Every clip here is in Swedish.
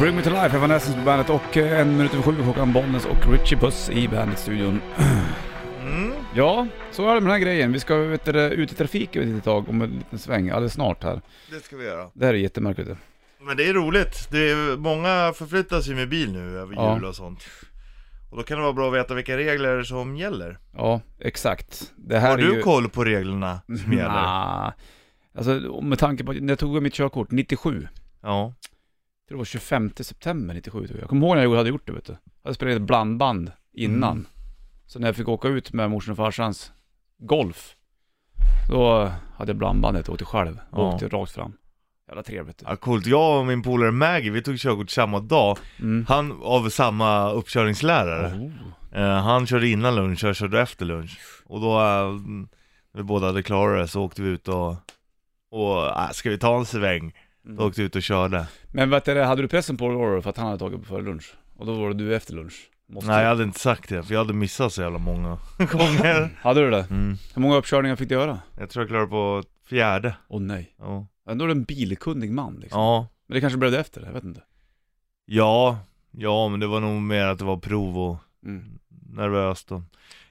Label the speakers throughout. Speaker 1: Bring Me To Life, Evanescence på bandet och eh, en minut över sju klockan Bollnäs och Richie Puss i bandet-studion.
Speaker 2: Mm.
Speaker 1: Ja, så är det med den här grejen. Vi ska vet du, ut i trafiken ett litet tag om en liten sväng, alldeles snart här.
Speaker 2: Det ska vi göra.
Speaker 1: Det här är jättemärkligt.
Speaker 2: Men det är roligt. Det är, många förflyttas ju med bil nu över
Speaker 1: Ja.
Speaker 2: jul och sånt. Och då kan det vara bra att veta vilka regler som gäller.
Speaker 1: Ja, exakt. Det här
Speaker 2: Har
Speaker 1: är
Speaker 2: du
Speaker 1: ju...
Speaker 2: koll på reglerna som
Speaker 1: Mm,
Speaker 2: gäller?
Speaker 1: Nja. Alltså och med tanke på att när jag tog mitt körkort 97, jag tror
Speaker 2: Ja.
Speaker 1: det var 25 september 97 tror jag. Jag kommer ihåg när jag hade gjort det vet du. Jag hade spelat ett blandband innan.
Speaker 2: Mm.
Speaker 1: Så när jag fick åka ut med morsan och farsans golf, då hade jag blandbandet och åkte själv. Och
Speaker 2: Ja.
Speaker 1: åkte rakt fram. Jävla trevligt.
Speaker 2: ja, coolt. Jag och min polare Maggie, vi tog körkort samma dag.
Speaker 1: Mm.
Speaker 2: Han av samma uppkörningslärare.
Speaker 1: Oh.
Speaker 2: Eh, han körde innan lunch, jag körde efter lunch. Och då, eh, när vi båda hade klarat det, så åkte vi ut och, och eh, ska vi ta en sväng?
Speaker 1: Mm.
Speaker 2: Då åkte vi ut och körde.
Speaker 1: Men vet du, det, hade du pressen på dig då, då för att han hade tagit på före lunch? Och då var det du efter lunch? Måste
Speaker 2: Nej, jag
Speaker 1: jag...
Speaker 2: hade inte sagt det, för jag hade missat så jävla många gånger.
Speaker 1: Hade du det?
Speaker 2: Mm.
Speaker 1: Hur många uppkörningar fick du göra?
Speaker 2: Jag tror jag klarade på fjärde.
Speaker 1: Åh nej.
Speaker 2: Ja.
Speaker 1: Ändå är du en bilkunnig man liksom.
Speaker 2: Ja.
Speaker 1: Men det kanske blev det efter, jag vet inte.
Speaker 2: ja, ja, men det var nog mer att det var prov och
Speaker 1: Mm.
Speaker 2: nervöst och...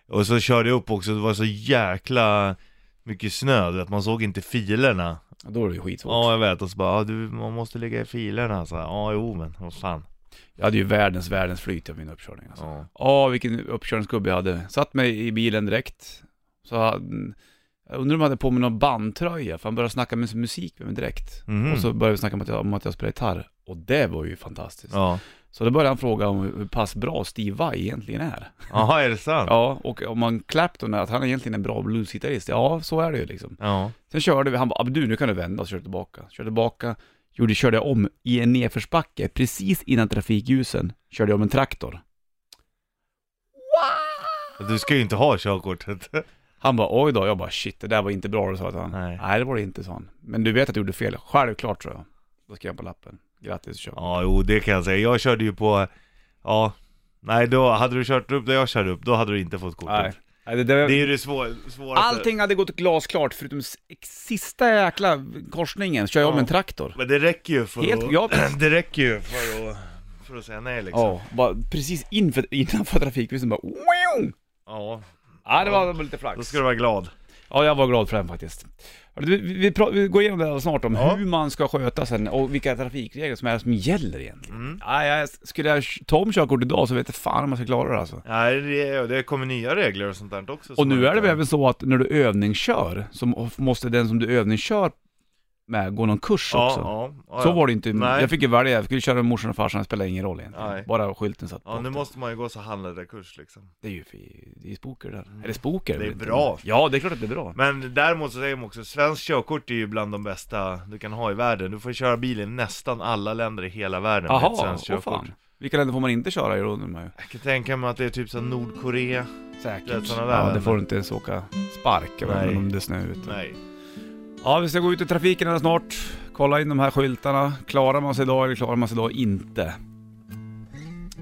Speaker 2: Och så körde jag upp också, det var så jäkla mycket snö, du vet, man såg inte filerna.
Speaker 1: Ja, Då är det ju skitsvårt.
Speaker 2: Ja, jag vet. Och så bara, ja, du, man måste ligga i filerna. Så här, ja, jo, men vad fan.
Speaker 1: Jag hade ju världens, världens flyt av min uppkörning alltså.
Speaker 2: Ja.
Speaker 1: Åh, vilken uppkörningsgubbe jag hade. Satt mig i bilen direkt. Så hade, jag undrar om jag hade på mig någon bandtröja, för han började snacka med musik med mig direkt.
Speaker 2: Mhm.
Speaker 1: Och så började vi snacka om att, jag, om att jag spelar gitarr. Och det var ju fantastiskt.
Speaker 2: Ja.
Speaker 1: Så då började han fråga om hur pass bra Steve Vai egentligen är.
Speaker 2: Jaha, är det sant?
Speaker 1: Ja, och om man Clapton är, att han är egentligen en bra bluesgitarrist. Ja, så är det ju liksom.
Speaker 2: Ja.
Speaker 1: Sen körde vi, han bara "Ah, du nu kan du vända och köra tillbaka. Körde tillbaka, gjorde, körde jag om i en nedförsbacke precis innan trafikljusen. Körde jag om en traktor.
Speaker 2: Du ska ju inte ha körkortet.
Speaker 1: Han bara oj då, jag bara shit det där var inte bra, sa han.
Speaker 2: Nej.
Speaker 1: det var det inte, sa han. Men du vet att du gjorde fel, självklart tror jag. Då skrev jag på lappen, grattis kör.
Speaker 2: Ja, jo, det kan jag säga. Jag körde ju på, ja, nej då, hade du kört upp där jag körde upp, då hade du inte fått kortet.
Speaker 1: Nej. Nej, det, det,
Speaker 2: Det är ju det svår, svåraste.
Speaker 1: allting hade gått glasklart förutom s- sista jäkla korsningen, kör jag om
Speaker 2: Ja.
Speaker 1: en traktor.
Speaker 2: Men det räcker ju för
Speaker 1: Helt
Speaker 2: att...
Speaker 1: gratis.
Speaker 2: Det räcker ju för att, för att säga nej liksom.
Speaker 1: Ja, bara precis inför, innanför trafiklysen bara...
Speaker 2: Ja,
Speaker 1: Ja, det var lite flax.
Speaker 2: Då ska du vara glad.
Speaker 1: Ja, jag var glad för den faktiskt. Hörru, Vi, vi, vi, pra- vi går igenom det alldeles snart om
Speaker 2: Ja.
Speaker 1: hur man ska sköta sen och vilka trafikregler som är som gäller egentligen.
Speaker 2: Mm.
Speaker 1: Ja, jag, skulle jag ta om körkort idag så vet jag fan om man ska klara det alltså.
Speaker 2: Nej, det, det kommer nya regler och sånt där också.
Speaker 1: Och
Speaker 2: som
Speaker 1: nu
Speaker 2: man
Speaker 1: är det väl
Speaker 2: inte-
Speaker 1: även så att när du övningskör så måste den som du övningskör med gå någon kurs
Speaker 2: ja,
Speaker 1: också.
Speaker 2: ja, ja,
Speaker 1: Så
Speaker 2: ja.
Speaker 1: var det inte,
Speaker 2: Nej.
Speaker 1: jag fick ju välja, jag skulle köra med morsan och farsan, det spelade ingen roll egentligen.
Speaker 2: Nej.
Speaker 1: Bara skylten satt
Speaker 2: Ja,
Speaker 1: på.
Speaker 2: nu måste man ju gå så handledarkurs liksom.
Speaker 1: Det är ju fi- det är spoker där. Är det spoker?
Speaker 2: Det är
Speaker 1: Vet inte.
Speaker 2: bra.
Speaker 1: Ja, det är klart att det är bra.
Speaker 2: Men däremot så säger de också, svenskt körkort är ju bland de bästa du kan ha i världen. Du får köra bil i nästan alla länder i hela världen med ett
Speaker 1: Jaha,
Speaker 2: svenskt
Speaker 1: åh
Speaker 2: körkort.
Speaker 1: fan. Vilka länder får man inte köra i då undrar man ju.
Speaker 2: Jag kan tänka mig att det är typ som Nordkorea.
Speaker 1: Säkert.
Speaker 2: Rätt sådana där
Speaker 1: Ja, det
Speaker 2: händer.
Speaker 1: får du inte ens åka spark
Speaker 2: Nej.
Speaker 1: även om det snöar ute.
Speaker 2: Nej.
Speaker 1: Ja, vi ska gå ut i trafiken alldeles snart. Kolla in de här skyltarna. Klarar man sig idag eller klarar man sig idag inte?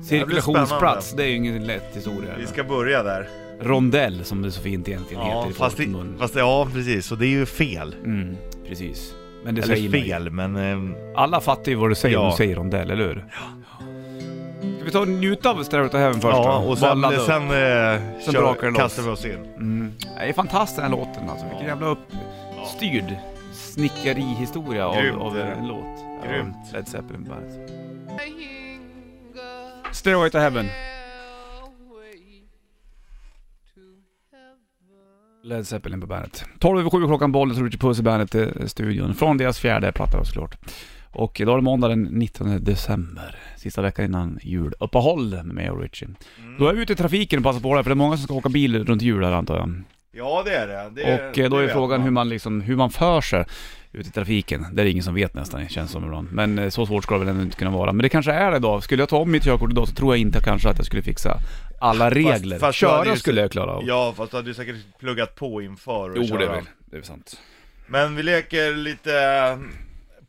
Speaker 1: Cirkulationsplats, det är ju ingen lätt historia.
Speaker 2: Vi ska börja där.
Speaker 1: Rondell som det så fint egentligen
Speaker 2: Ja,
Speaker 1: heter i
Speaker 2: fast,
Speaker 1: folks
Speaker 2: det,
Speaker 1: mun.
Speaker 2: fast det, ja precis. Så det är ju fel.
Speaker 1: Mm, precis. Men eh, det
Speaker 2: Eller
Speaker 1: säger man ju.
Speaker 2: fel, men... ehm,
Speaker 1: Alla fattar ju vad du säger
Speaker 2: Ja.
Speaker 1: när du säger rondell, eller hur? Ja. Ska vi ta och njuta av Stairway to Heaven först
Speaker 2: ja,
Speaker 1: då?
Speaker 2: och
Speaker 1: Bara
Speaker 2: sen,
Speaker 1: ladda upp.
Speaker 2: sen, eh,
Speaker 1: Sen
Speaker 2: kör,
Speaker 1: brakar det loss.
Speaker 2: kastar vi oss in.
Speaker 1: Mm. Det är fantastisk den här låten alltså. Vilken
Speaker 2: Ja.
Speaker 1: jävla uppstyrd snickarihistoria
Speaker 2: Grymt,
Speaker 1: av, av
Speaker 2: eh,
Speaker 1: en låt.
Speaker 2: grymt.
Speaker 1: Ja, Led Zeppelin bandet. Stairway to Heaven. Led Zeppelin på bandet. 12 över 7 klockan bollen så Richard Puss i bandet eh, studion. Från deras fjärde platta då såklart. Och idag är det måndag den 19 december. Sista veckan innan juluppehåll med mig och Richie.
Speaker 2: Mm.
Speaker 1: Då är vi ute i trafiken och passar på det här, för det är många som ska åka bil runt jul här antar jag.
Speaker 2: Ja det är det. det
Speaker 1: Och eh, då
Speaker 2: det
Speaker 1: är
Speaker 2: vet
Speaker 1: frågan hur man, liksom, hur man för sig ute i trafiken. Det är det ingen som vet nästan, det känns som ibland. Men eh, så svårt ska det väl ändå inte kunna vara. Men det kanske är det då. Skulle jag ta om mitt körkort idag så tror jag inte kanske att jag skulle fixa alla regler.
Speaker 2: fast då hade
Speaker 1: Köra
Speaker 2: ju-
Speaker 1: skulle jag klara av.
Speaker 2: Ja fast du hade ju säkert pluggat på inför och
Speaker 1: jo,
Speaker 2: köra.
Speaker 1: det är väl. Det är väl sant.
Speaker 2: Men vi leker lite eh,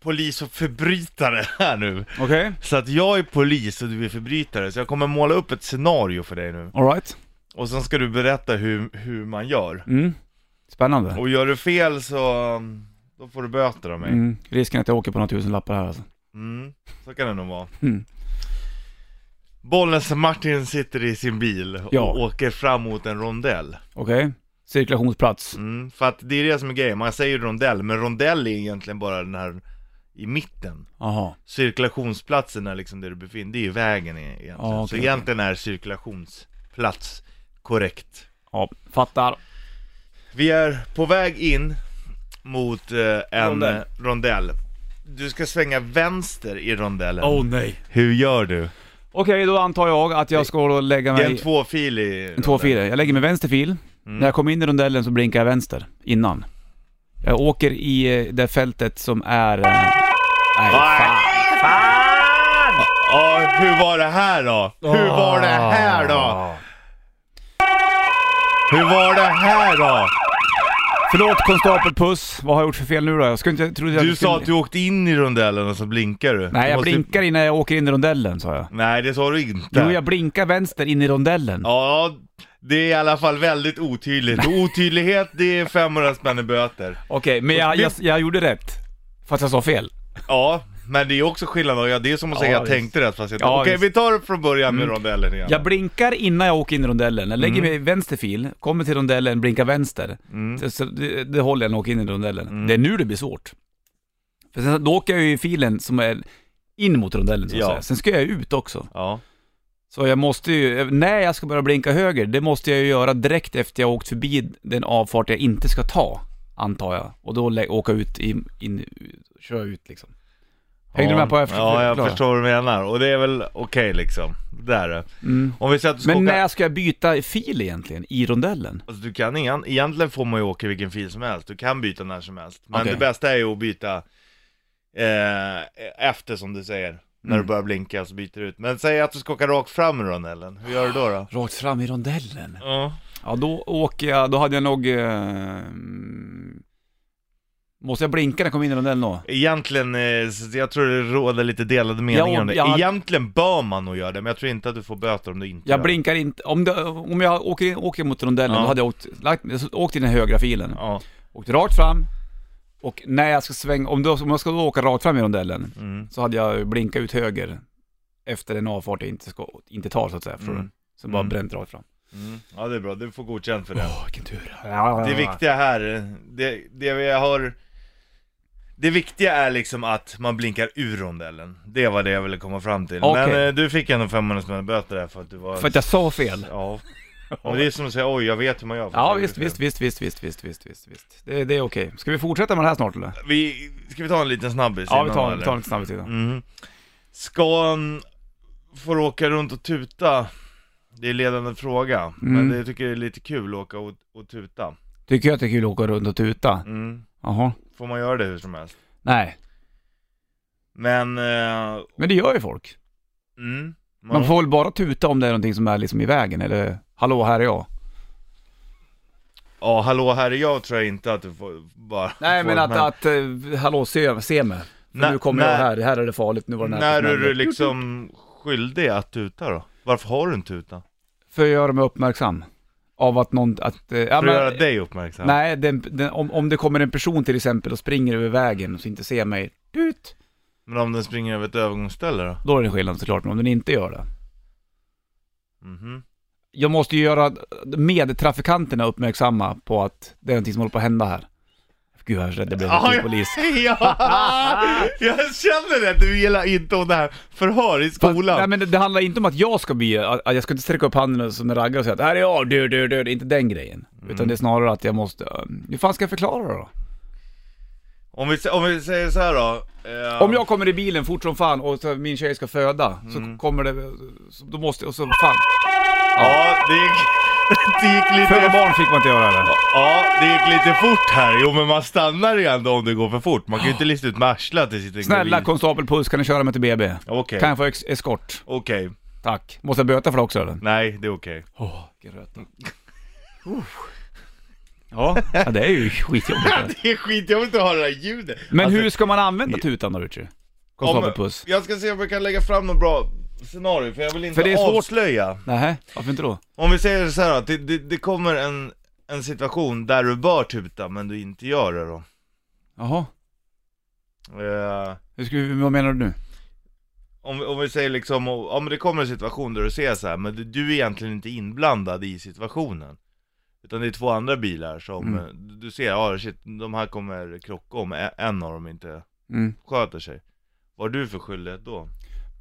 Speaker 2: polis och förbrytare här nu.
Speaker 1: Okej,
Speaker 2: Så att jag är polis och du är förbrytare, så jag kommer måla upp ett scenario för dig nu.
Speaker 1: alright.
Speaker 2: Och sen ska du berätta hur, hur man gör.
Speaker 1: Mm. Spännande.
Speaker 2: Och gör du fel så, um, då får du böter av mig.
Speaker 1: Mm. Risken är att jag åker på några tusenlappar här alltså.
Speaker 2: Mm, så kan det nog vara.
Speaker 1: Mm.
Speaker 2: Bollnäs Martin sitter i sin bil och
Speaker 1: Ja.
Speaker 2: åker fram mot en rondell.
Speaker 1: Okej? Cirkulationsplats.
Speaker 2: Mm, för att det är det som är grejen, man säger rondell, men rondell är egentligen bara den här i mitten.
Speaker 1: Jaha.
Speaker 2: Cirkulationsplatsen är liksom där du befinner dig, det är ju vägen e- egentligen.
Speaker 1: Ja, okej,
Speaker 2: så
Speaker 1: okej.
Speaker 2: egentligen är cirkulationsplats korrekt.
Speaker 1: Ja, fattar.
Speaker 2: Vi är på väg in mot eh, en
Speaker 1: Rondell.
Speaker 2: rondell. rondell. Du ska svänga vänster i rondellen.
Speaker 1: nej.
Speaker 2: Hur gör du?
Speaker 1: Okej, då antar jag att jag ska då lägga
Speaker 2: Det är en
Speaker 1: mig...
Speaker 2: tvåfilig
Speaker 1: En tvåfiler. Jag lägger mig vänster fil.
Speaker 2: Mm.
Speaker 1: När jag kommer in i rondellen så blinkar jag vänster, innan. Jag åker i eh, det fältet som är... eh, Nej, fan.
Speaker 2: Fan! Ja, hur var det här då? Hur var det här då? Hur var det här då?
Speaker 1: Förlåt konstapel Puss, vad har jag gjort för fel nu då? Jag skulle inte... Trodde jag
Speaker 2: Du sa
Speaker 1: skulle...
Speaker 2: att du åkte in i rondellen och så blinkar du.
Speaker 1: Nej,
Speaker 2: Du
Speaker 1: jag
Speaker 2: måste-
Speaker 1: blinkar innan jag åker in i rondellen sa jag.
Speaker 2: Nej, det sa du inte.
Speaker 1: Jo, jag blinkar vänster in i rondellen.
Speaker 2: Ja, det är i alla fall väldigt otydligt. Och otydlighet, det är 500 spänn i böter.
Speaker 1: Okej, men jag, jag, jag gjorde rätt. Fast jag sa fel.
Speaker 2: Ja, men det är också skillnad. då. Ja, det är som att säga
Speaker 1: Ja,
Speaker 2: jag
Speaker 1: visst.
Speaker 2: tänkte rätt fast jag
Speaker 1: Ja,
Speaker 2: Okej,
Speaker 1: visst. Mm.
Speaker 2: vi tar det från början med rondellen igen.
Speaker 1: Jag blinkar innan jag åker in i rondellen. Jag
Speaker 2: Mm.
Speaker 1: lägger mig i vänster fil, kommer till rondellen, blinkar vänster. Så, så det, det håller jag när jag åker in i rondellen.
Speaker 2: Mm.
Speaker 1: Det är nu det blir svårt. För sen, då åker jag ju i filen som är in mot rondellen så att
Speaker 2: Ja.
Speaker 1: säga. Sen ska jag ut också.
Speaker 2: Ja.
Speaker 1: Så jag måste ju, när jag ska börja blinka höger, det måste jag ju göra direkt efter jag har åkt förbi den avfart jag inte ska ta, antar jag. Och då lä- åka ut, in, in, köra ut liksom. Hängde
Speaker 2: ja.
Speaker 1: du med på vad jag försökte
Speaker 2: Ja, jag
Speaker 1: förklara?
Speaker 2: förstår vad du menar. Och det är väl okej liksom. Där är det.
Speaker 1: Mm.
Speaker 2: Om vi säger att du ska
Speaker 1: Men
Speaker 2: åka...
Speaker 1: när ska jag byta fil egentligen, i rondellen?
Speaker 2: Alltså, du kan igen... Egentligen får man ju åka i vilken fil som helst. Du kan byta när som helst. Men
Speaker 1: Okej.
Speaker 2: det bästa är ju att byta eh, efter som du säger. När
Speaker 1: Mm.
Speaker 2: du börjar blinka så byter du ut. Men säg att du ska åka rakt fram i rondellen. Hur gör du då? då?
Speaker 1: Rakt fram i rondellen?
Speaker 2: Ja.
Speaker 1: Ja, då åker jag, då hade jag nog... Eh, måste jag blinka när jag kommer in i rondellen då?
Speaker 2: Egentligen, eh, så jag tror det råder lite delade meningar om det.
Speaker 1: jag-
Speaker 2: Egentligen bör man nog göra det, men jag tror inte att du får böter om du inte
Speaker 1: Jag
Speaker 2: gör
Speaker 1: blinkar inte, om, det, om jag åker, in, åker mot rondellen,
Speaker 2: Ja.
Speaker 1: då hade jag åkt, lagt, åkt i den högra filen.
Speaker 2: det. Ja.
Speaker 1: Åkt rakt fram, och när jag ska svänga, om, då, om jag ska då åka rakt fram i rondellen,
Speaker 2: Mm.
Speaker 1: så hade jag blinkat ut höger efter en avfart jag inte, ska, inte tar så att säga. Förstår du?
Speaker 2: Mm.
Speaker 1: Så bara
Speaker 2: Mm.
Speaker 1: bränt rakt fram.
Speaker 2: Mm. ja, det är bra. Du får godkänt för det.
Speaker 1: Åh, vilken tur.
Speaker 2: Det viktiga här, det, det vi har... Det viktiga är liksom att man blinkar ur rondellen. Det var det jag ville komma fram till.
Speaker 1: Okej.
Speaker 2: Men eh, du fick ändå 500 spänn i böter där för att du var...
Speaker 1: För att jag sa fel.
Speaker 2: Ja. Och det är som att säga oj, jag vet hur man gör.
Speaker 1: Ja, visst, visst, visst, visst, visst, visst, visst, visst, visst. Det, det är okej. Ska vi fortsätta med det här snart eller?
Speaker 2: Vi, ska vi ta en liten snabbis?
Speaker 1: Ja, vi
Speaker 2: innan,
Speaker 1: tar, vi
Speaker 2: eller?
Speaker 1: tar en lite snabbis innan.
Speaker 2: Mm. Scan får åka runt och tuta. Det är en ledande fråga,
Speaker 1: Mm.
Speaker 2: men det, jag tycker det är lite kul att åka och, och tuta.
Speaker 1: Tycker jag att det är kul att åka runt och tuta?
Speaker 2: Mm.
Speaker 1: Jaha.
Speaker 2: Får man göra det hur som helst.
Speaker 1: Nej,
Speaker 2: Men, eh,
Speaker 1: men det gör ju folk.
Speaker 2: mm, man,
Speaker 1: Man får väl bara tuta om det är någonting som är liksom i vägen eller Hallå, här är jag.
Speaker 2: ja hallå här är jag tror jag inte att du får bara...
Speaker 1: Nej
Speaker 2: får,
Speaker 1: men att, att eh, hallå se, se mig. För
Speaker 2: Nä-
Speaker 1: nu kommer
Speaker 2: när-
Speaker 1: jag här, här är det farligt, nu var det
Speaker 2: När
Speaker 1: som
Speaker 2: är
Speaker 1: hände.
Speaker 2: du liksom skyldig att tuta då? Varför har du en tuta?
Speaker 1: För att göra mig uppmärksam. Av att någon, att... eh, ja,
Speaker 2: För
Speaker 1: men-
Speaker 2: att göra dig uppmärksam?
Speaker 1: Nej, den, den, om, om det kommer en person till exempel och springer över vägen och så inte ser mig, ut,
Speaker 2: Men om den springer över ett övergångsställe då?
Speaker 1: då är det skillnad såklart. Men om den inte gör det.
Speaker 2: Mhm.
Speaker 1: jag måste ju göra medtrafikanterna uppmärksamma på att det är någonting som håller på att hända här. Gud, jag är så rädd, det blev
Speaker 2: Ja,
Speaker 1: en
Speaker 2: ja.
Speaker 1: polis.
Speaker 2: ja, jag känner det, du gillar inte om det här förhör i
Speaker 1: Fast-
Speaker 2: skolan.
Speaker 1: Nej men det, det handlar inte om att jag ska bli, att, att jag ska inte sträcka upp handen som en raggare och säga att här är jag, du, du, du, det är inte den grejen.
Speaker 2: Mm.
Speaker 1: Utan det är snarare att jag måste, eh, hur fan ska jag förklara det då?
Speaker 2: om, vi, sä- om vi säger så här då. eh,
Speaker 1: Om jag kommer i bilen fort som fan och så, min tjej ska föda, så
Speaker 2: Mm.
Speaker 1: kommer det, så, då måste jag, och så fan.
Speaker 2: Ja, det gick, det gick
Speaker 1: Föda
Speaker 2: lite...
Speaker 1: barn fick man inte göra eller?
Speaker 2: Ja, det gick lite fort här. Jo men man stannar ju ändå om det går för fort. Man kan ju inte lista ut med arslet till sitt
Speaker 1: Snälla konstapel Puss, kan ni köra mig till BB?
Speaker 2: Okej,
Speaker 1: Kan jag få ex- eskort?
Speaker 2: okej.
Speaker 1: Tack. Måste jag böta för det också eller?
Speaker 2: Nej, det är okej.
Speaker 1: Åh, oh, vilken röta. Ja. ja, det är ju skitjobbigt. det här.
Speaker 2: Det är skitjobbigt att höra det här ljudet.
Speaker 1: Men
Speaker 2: Alltså,
Speaker 1: hur ska man använda tutan då Richie?
Speaker 2: om,
Speaker 1: Konstapelpuss?
Speaker 2: Jag ska se om jag kan lägga fram något bra scenario, för jag vill inte
Speaker 1: För det är svårt.
Speaker 2: avslöja.
Speaker 1: Nähä, varför inte då?
Speaker 2: Om vi säger så här då, det, det, det kommer en, en situation där du bör tuta men du inte gör det då.
Speaker 1: Jaha,
Speaker 2: Eh,
Speaker 1: hur ska vi, vad menar du nu?
Speaker 2: om, vi- om vi säger liksom, om det kommer en situation där du ser så här, men du- du är egentligen inte inblandad i situationen. Utan det är två andra bilar som,
Speaker 1: Mm.
Speaker 2: eh, du ser, ja shit, de här kommer krocka om e- en av dem inte
Speaker 1: Mm.
Speaker 2: sköter sig. Vad har du för skyldighet då?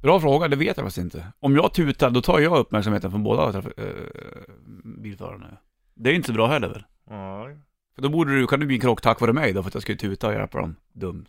Speaker 1: Bra fråga, det vet jag faktiskt inte. Om jag tutar, då tar jag uppmärksamheten från båda traf- eh, bilförarna. Det är inte så bra heller väl?
Speaker 2: Ja,
Speaker 1: För då borde du, kan det bli en krock tack vare mig då, för att jag skulle tuta och hjälpa dem. Dumt.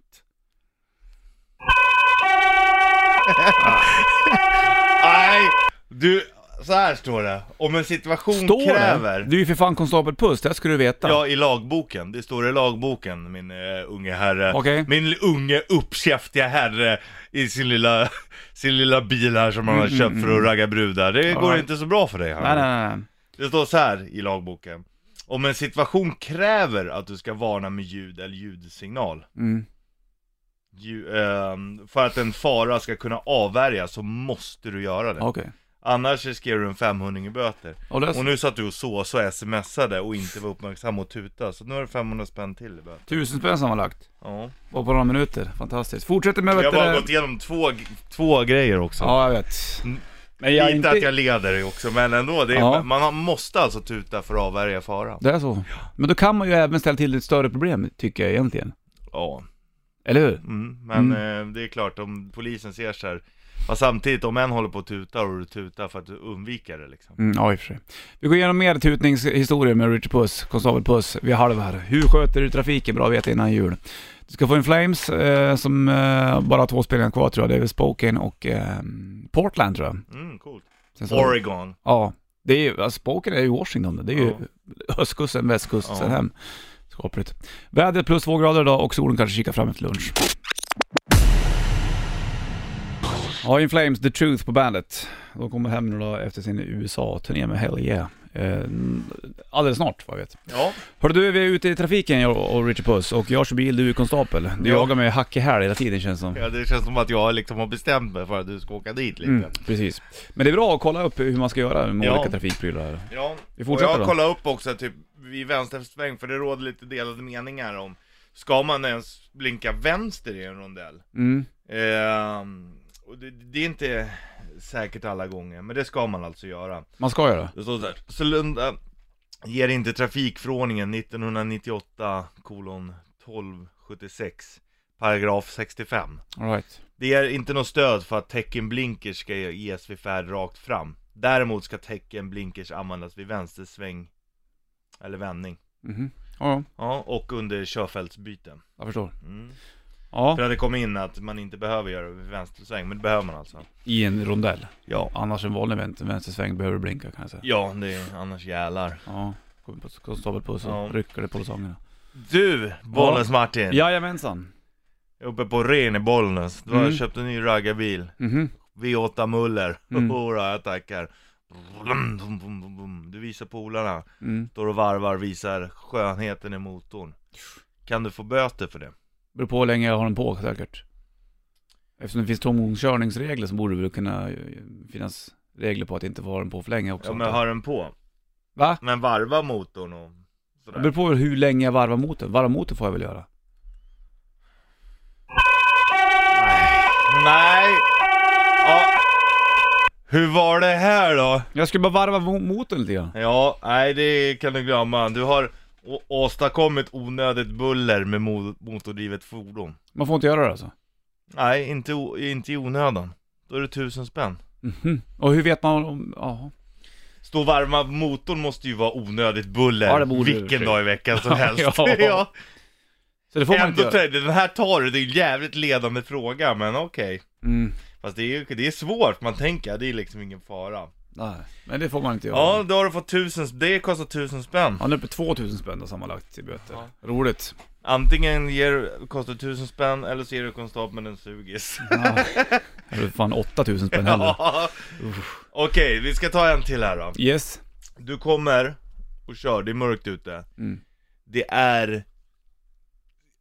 Speaker 2: Nej! Du, så här står det. Om en situation
Speaker 1: Står
Speaker 2: kräver...
Speaker 1: det? Du är ju för fan konstapel Puss, det här skulle du veta.
Speaker 2: Ja, i lagboken. Det står i lagboken, min eh, unge herre.
Speaker 1: Okej.
Speaker 2: Min unge uppkäftiga herre i sin lilla, sin lilla bil här som han har
Speaker 1: Mm,
Speaker 2: köpt
Speaker 1: mm,
Speaker 2: för att ragga brudar. Det
Speaker 1: Ja.
Speaker 2: går inte så bra för dig
Speaker 1: Nej,
Speaker 2: här.
Speaker 1: nej, nej.
Speaker 2: Det står så här i lagboken. Om en situation kräver att du ska varna med ljud eller ljudsignal.
Speaker 1: Mm.
Speaker 2: Ju, ehm, för att en fara ska kunna avvärjas så måste du göra det.
Speaker 1: Okej.
Speaker 2: Annars riskerar du en 500 i böter.
Speaker 1: Och det är
Speaker 2: Och nu satt du och sås och smsade och inte var uppmärksam och tuta. Så nu har du 500 spänn till i böter.
Speaker 1: tusen spänn sammanlagt.
Speaker 2: Ja.
Speaker 1: Och på några minuter. Fantastiskt. Fortsätter med...
Speaker 2: Jag har
Speaker 1: vet
Speaker 2: bara
Speaker 1: du-
Speaker 2: gått igenom två, två grejer också.
Speaker 1: Ja, jag vet.
Speaker 2: Mm.
Speaker 1: Men jag är
Speaker 2: inte,
Speaker 1: inte...
Speaker 2: att jag leder dig också, men ändå. Det är,
Speaker 1: Ja.
Speaker 2: Man måste alltså tuta för att avvärja faran.
Speaker 1: Det är så. Men då kan man ju även ställa till ett större problem, tycker jag egentligen.
Speaker 2: Ja.
Speaker 1: Eller hur?
Speaker 2: Mm. Men eh, det är klart, om polisen ser så här. Fast samtidigt, om en håller på och tutar och du tutar för att undvika det liksom.
Speaker 1: Mm, ja, i och för sig. Vi går igenom mer tutningshistorier med Richard Puss, konstapel Puss. Vi är halv här. Hur sköter du trafiken bra vet innan jul? Du ska få en Flames eh, som eh, bara har två spelningar kvar tror jag. Det är väl Spokane och eh, Portland tror jag.
Speaker 2: Mm, coolt.
Speaker 1: Sen så-
Speaker 2: Oregon.
Speaker 1: Ja, det är ju, alltså, Spokane är ju Washington det är ju östkusten, västkusten,
Speaker 2: Ja.
Speaker 1: sen hem. Skapligt. Vädret plus två grader idag och solen kanske kikar fram efter lunch. Ja, In Flames, The Truth på bandet. De kommer hem nu då efter sin USA-turné med Hell Yeah. Eh, alldeles snart vad jag vet.
Speaker 2: Ja.
Speaker 1: Hörru du, vi är ute i trafiken jag och Richard Puss och jag kör bil, du är konstapel. Du
Speaker 2: Ja.
Speaker 1: jagar mig hack i häl hela tiden känns som.
Speaker 2: ja, det känns som att jag liksom har bestämt mig för att du ska åka dit lite.
Speaker 1: Mm, precis. Men det är bra att kolla upp hur man ska göra med
Speaker 2: Ja.
Speaker 1: olika trafikprylar.
Speaker 2: Ja,
Speaker 1: Vi
Speaker 2: och
Speaker 1: fortsätter
Speaker 2: jag
Speaker 1: då.
Speaker 2: kollade upp också typ vid vänstersväng, för det råder lite delade meningar om, ska man ens blinka vänster i en rondell?
Speaker 1: Mm.
Speaker 2: Ehm, och det, det är inte säkert alla gånger, men det ska man alltså göra.
Speaker 1: Man ska göra.
Speaker 2: Det står så här, Sålunda ger inte trafikförordningen 1998 kolon 1276 paragraf 65.
Speaker 1: All right.
Speaker 2: Det är inte något stöd för att teckenblinkers ska ges vid färd rakt fram. Däremot ska teckenblinkers användas vid vänstersväng eller vändning.
Speaker 1: Mhm. Ja, ja,
Speaker 2: Ja, och under körfältsbyten.
Speaker 1: jag förstår.
Speaker 2: Mm.
Speaker 1: Ja,
Speaker 2: För att det kom in att man inte behöver göra det vid vänstersväng, men det behöver man alltså.
Speaker 1: i en rondell.
Speaker 2: Ja.
Speaker 1: Annars en vanlig vän- vänstersväng behöver du blinka kan jag säga.
Speaker 2: Ja, det är annars jävlar.
Speaker 1: Ja, kommer på konstapelpuss och
Speaker 2: Ja.
Speaker 1: rycker det på sångerna.
Speaker 2: Du, Bollnäs Martin.
Speaker 1: Jajamensan.
Speaker 2: Uppe på Ren i Bollnäs. Du har
Speaker 1: Mm.
Speaker 2: köpt en ny raggarbil.
Speaker 1: Mhm.
Speaker 2: V8 Muller.
Speaker 1: Mm.
Speaker 2: Hurra, jag tackar. Brum, brum, brum, brum, brum. Du visar polarna.
Speaker 1: Mm.
Speaker 2: Står och varvar, visar skönheten i motorn. Kan du få böter för det?
Speaker 1: Beror på hur länge jag har den på säkert. Eftersom det finns tomgångskörningsregler så borde det väl kunna eh, finnas regler på att inte få ha den på för länge också.
Speaker 2: Ja, men jag har den på.
Speaker 1: Va?
Speaker 2: Men varva motorn och
Speaker 1: Det beror
Speaker 2: sådär.
Speaker 1: på hur länge jag varvar motorn. Varva motorn får jag väl göra.
Speaker 2: Nej! Ja. Hur var det här då?
Speaker 1: Jag skulle bara varva mo- motorn lite grann.
Speaker 2: Ja, nej det kan du glömma. Du har å- åstadkommit onödigt buller med mo- motordrivet fordon.
Speaker 1: Man får inte göra det alltså.
Speaker 2: Nej, inte, o- inte i onödan. Då är det tusen spänn.
Speaker 1: Mhm. Och hur vet man om... Ja.
Speaker 2: Stå och varma motorn måste ju vara onödigt buller
Speaker 1: Ja, det borde det i och för
Speaker 2: vilken
Speaker 1: sig.
Speaker 2: dag i veckan som helst.
Speaker 1: Ja. Så det får man inte
Speaker 2: Ändå
Speaker 1: göra.
Speaker 2: tar, den här tar du, det är en jävligt ledande fråga, men okej.
Speaker 1: Mm.
Speaker 2: Fast det är, ju- det är svårt, man tänker, det är liksom ingen fara.
Speaker 1: Nej, men det får man inte göra.
Speaker 2: Ja, då har du fått tusen, det kostar tusen spänn.
Speaker 1: Han är uppe 2000 spänn då sammanlagt i böter.
Speaker 2: Ja.
Speaker 1: Roligt.
Speaker 2: Antingen ger, kostar det tusen spänn, eller så ger du konstapeln en sugis.
Speaker 1: Ja. Det är fan 8000 spänn heller.
Speaker 2: Ja. Okej, vi ska ta en till här då.
Speaker 1: Yes.
Speaker 2: Du kommer och kör, det är mörkt ute.
Speaker 1: Mm.
Speaker 2: Det är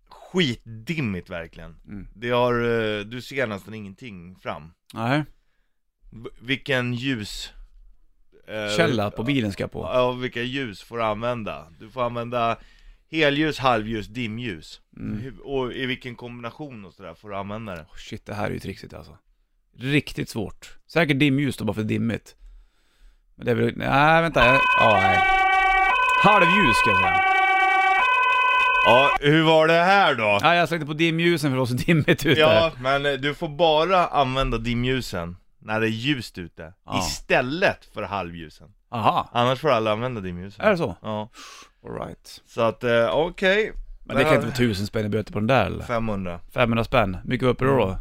Speaker 2: skitdimmigt verkligen.
Speaker 1: Mm.
Speaker 2: Det har, eh, du ser nästan ingenting fram.
Speaker 1: Nej.
Speaker 2: V- Vilken ljus... eh,
Speaker 1: Källa på bilen ska jag på.
Speaker 2: Ja, vilka ljus får du använda? Du får använda helljus, halvljus, dimljus.
Speaker 1: Mm.
Speaker 2: Hur- Och i vilken kombination och sådär får du använda det?
Speaker 1: Oh, Shit, det här är ju trixigt alltså. Riktigt svårt. Säkert dimljus då bara för att det är dimmigt. Men det är väl... Nej, vänta. jag- Ja, nej. Halvljus ska jag säga.
Speaker 2: Ja, hur var det här då?
Speaker 1: Nej, jag slängde på dimljusen för det var så dimmigt ute.
Speaker 2: Ja, men eh, du får bara använda dimljusen när det är ljust ute.
Speaker 1: Ja.
Speaker 2: Istället för halvljusen.
Speaker 1: Aha.
Speaker 2: Annars får alla använda dimljusen.
Speaker 1: Är det så?
Speaker 2: Ja.
Speaker 1: Alright.
Speaker 2: Så att, eh, okej.
Speaker 1: Men det
Speaker 2: Där-
Speaker 1: kan inte vara tusen spänn i böter på den där eller?
Speaker 2: 500.
Speaker 1: 500 spänn. Mycket uppe då
Speaker 2: Mm.
Speaker 1: då?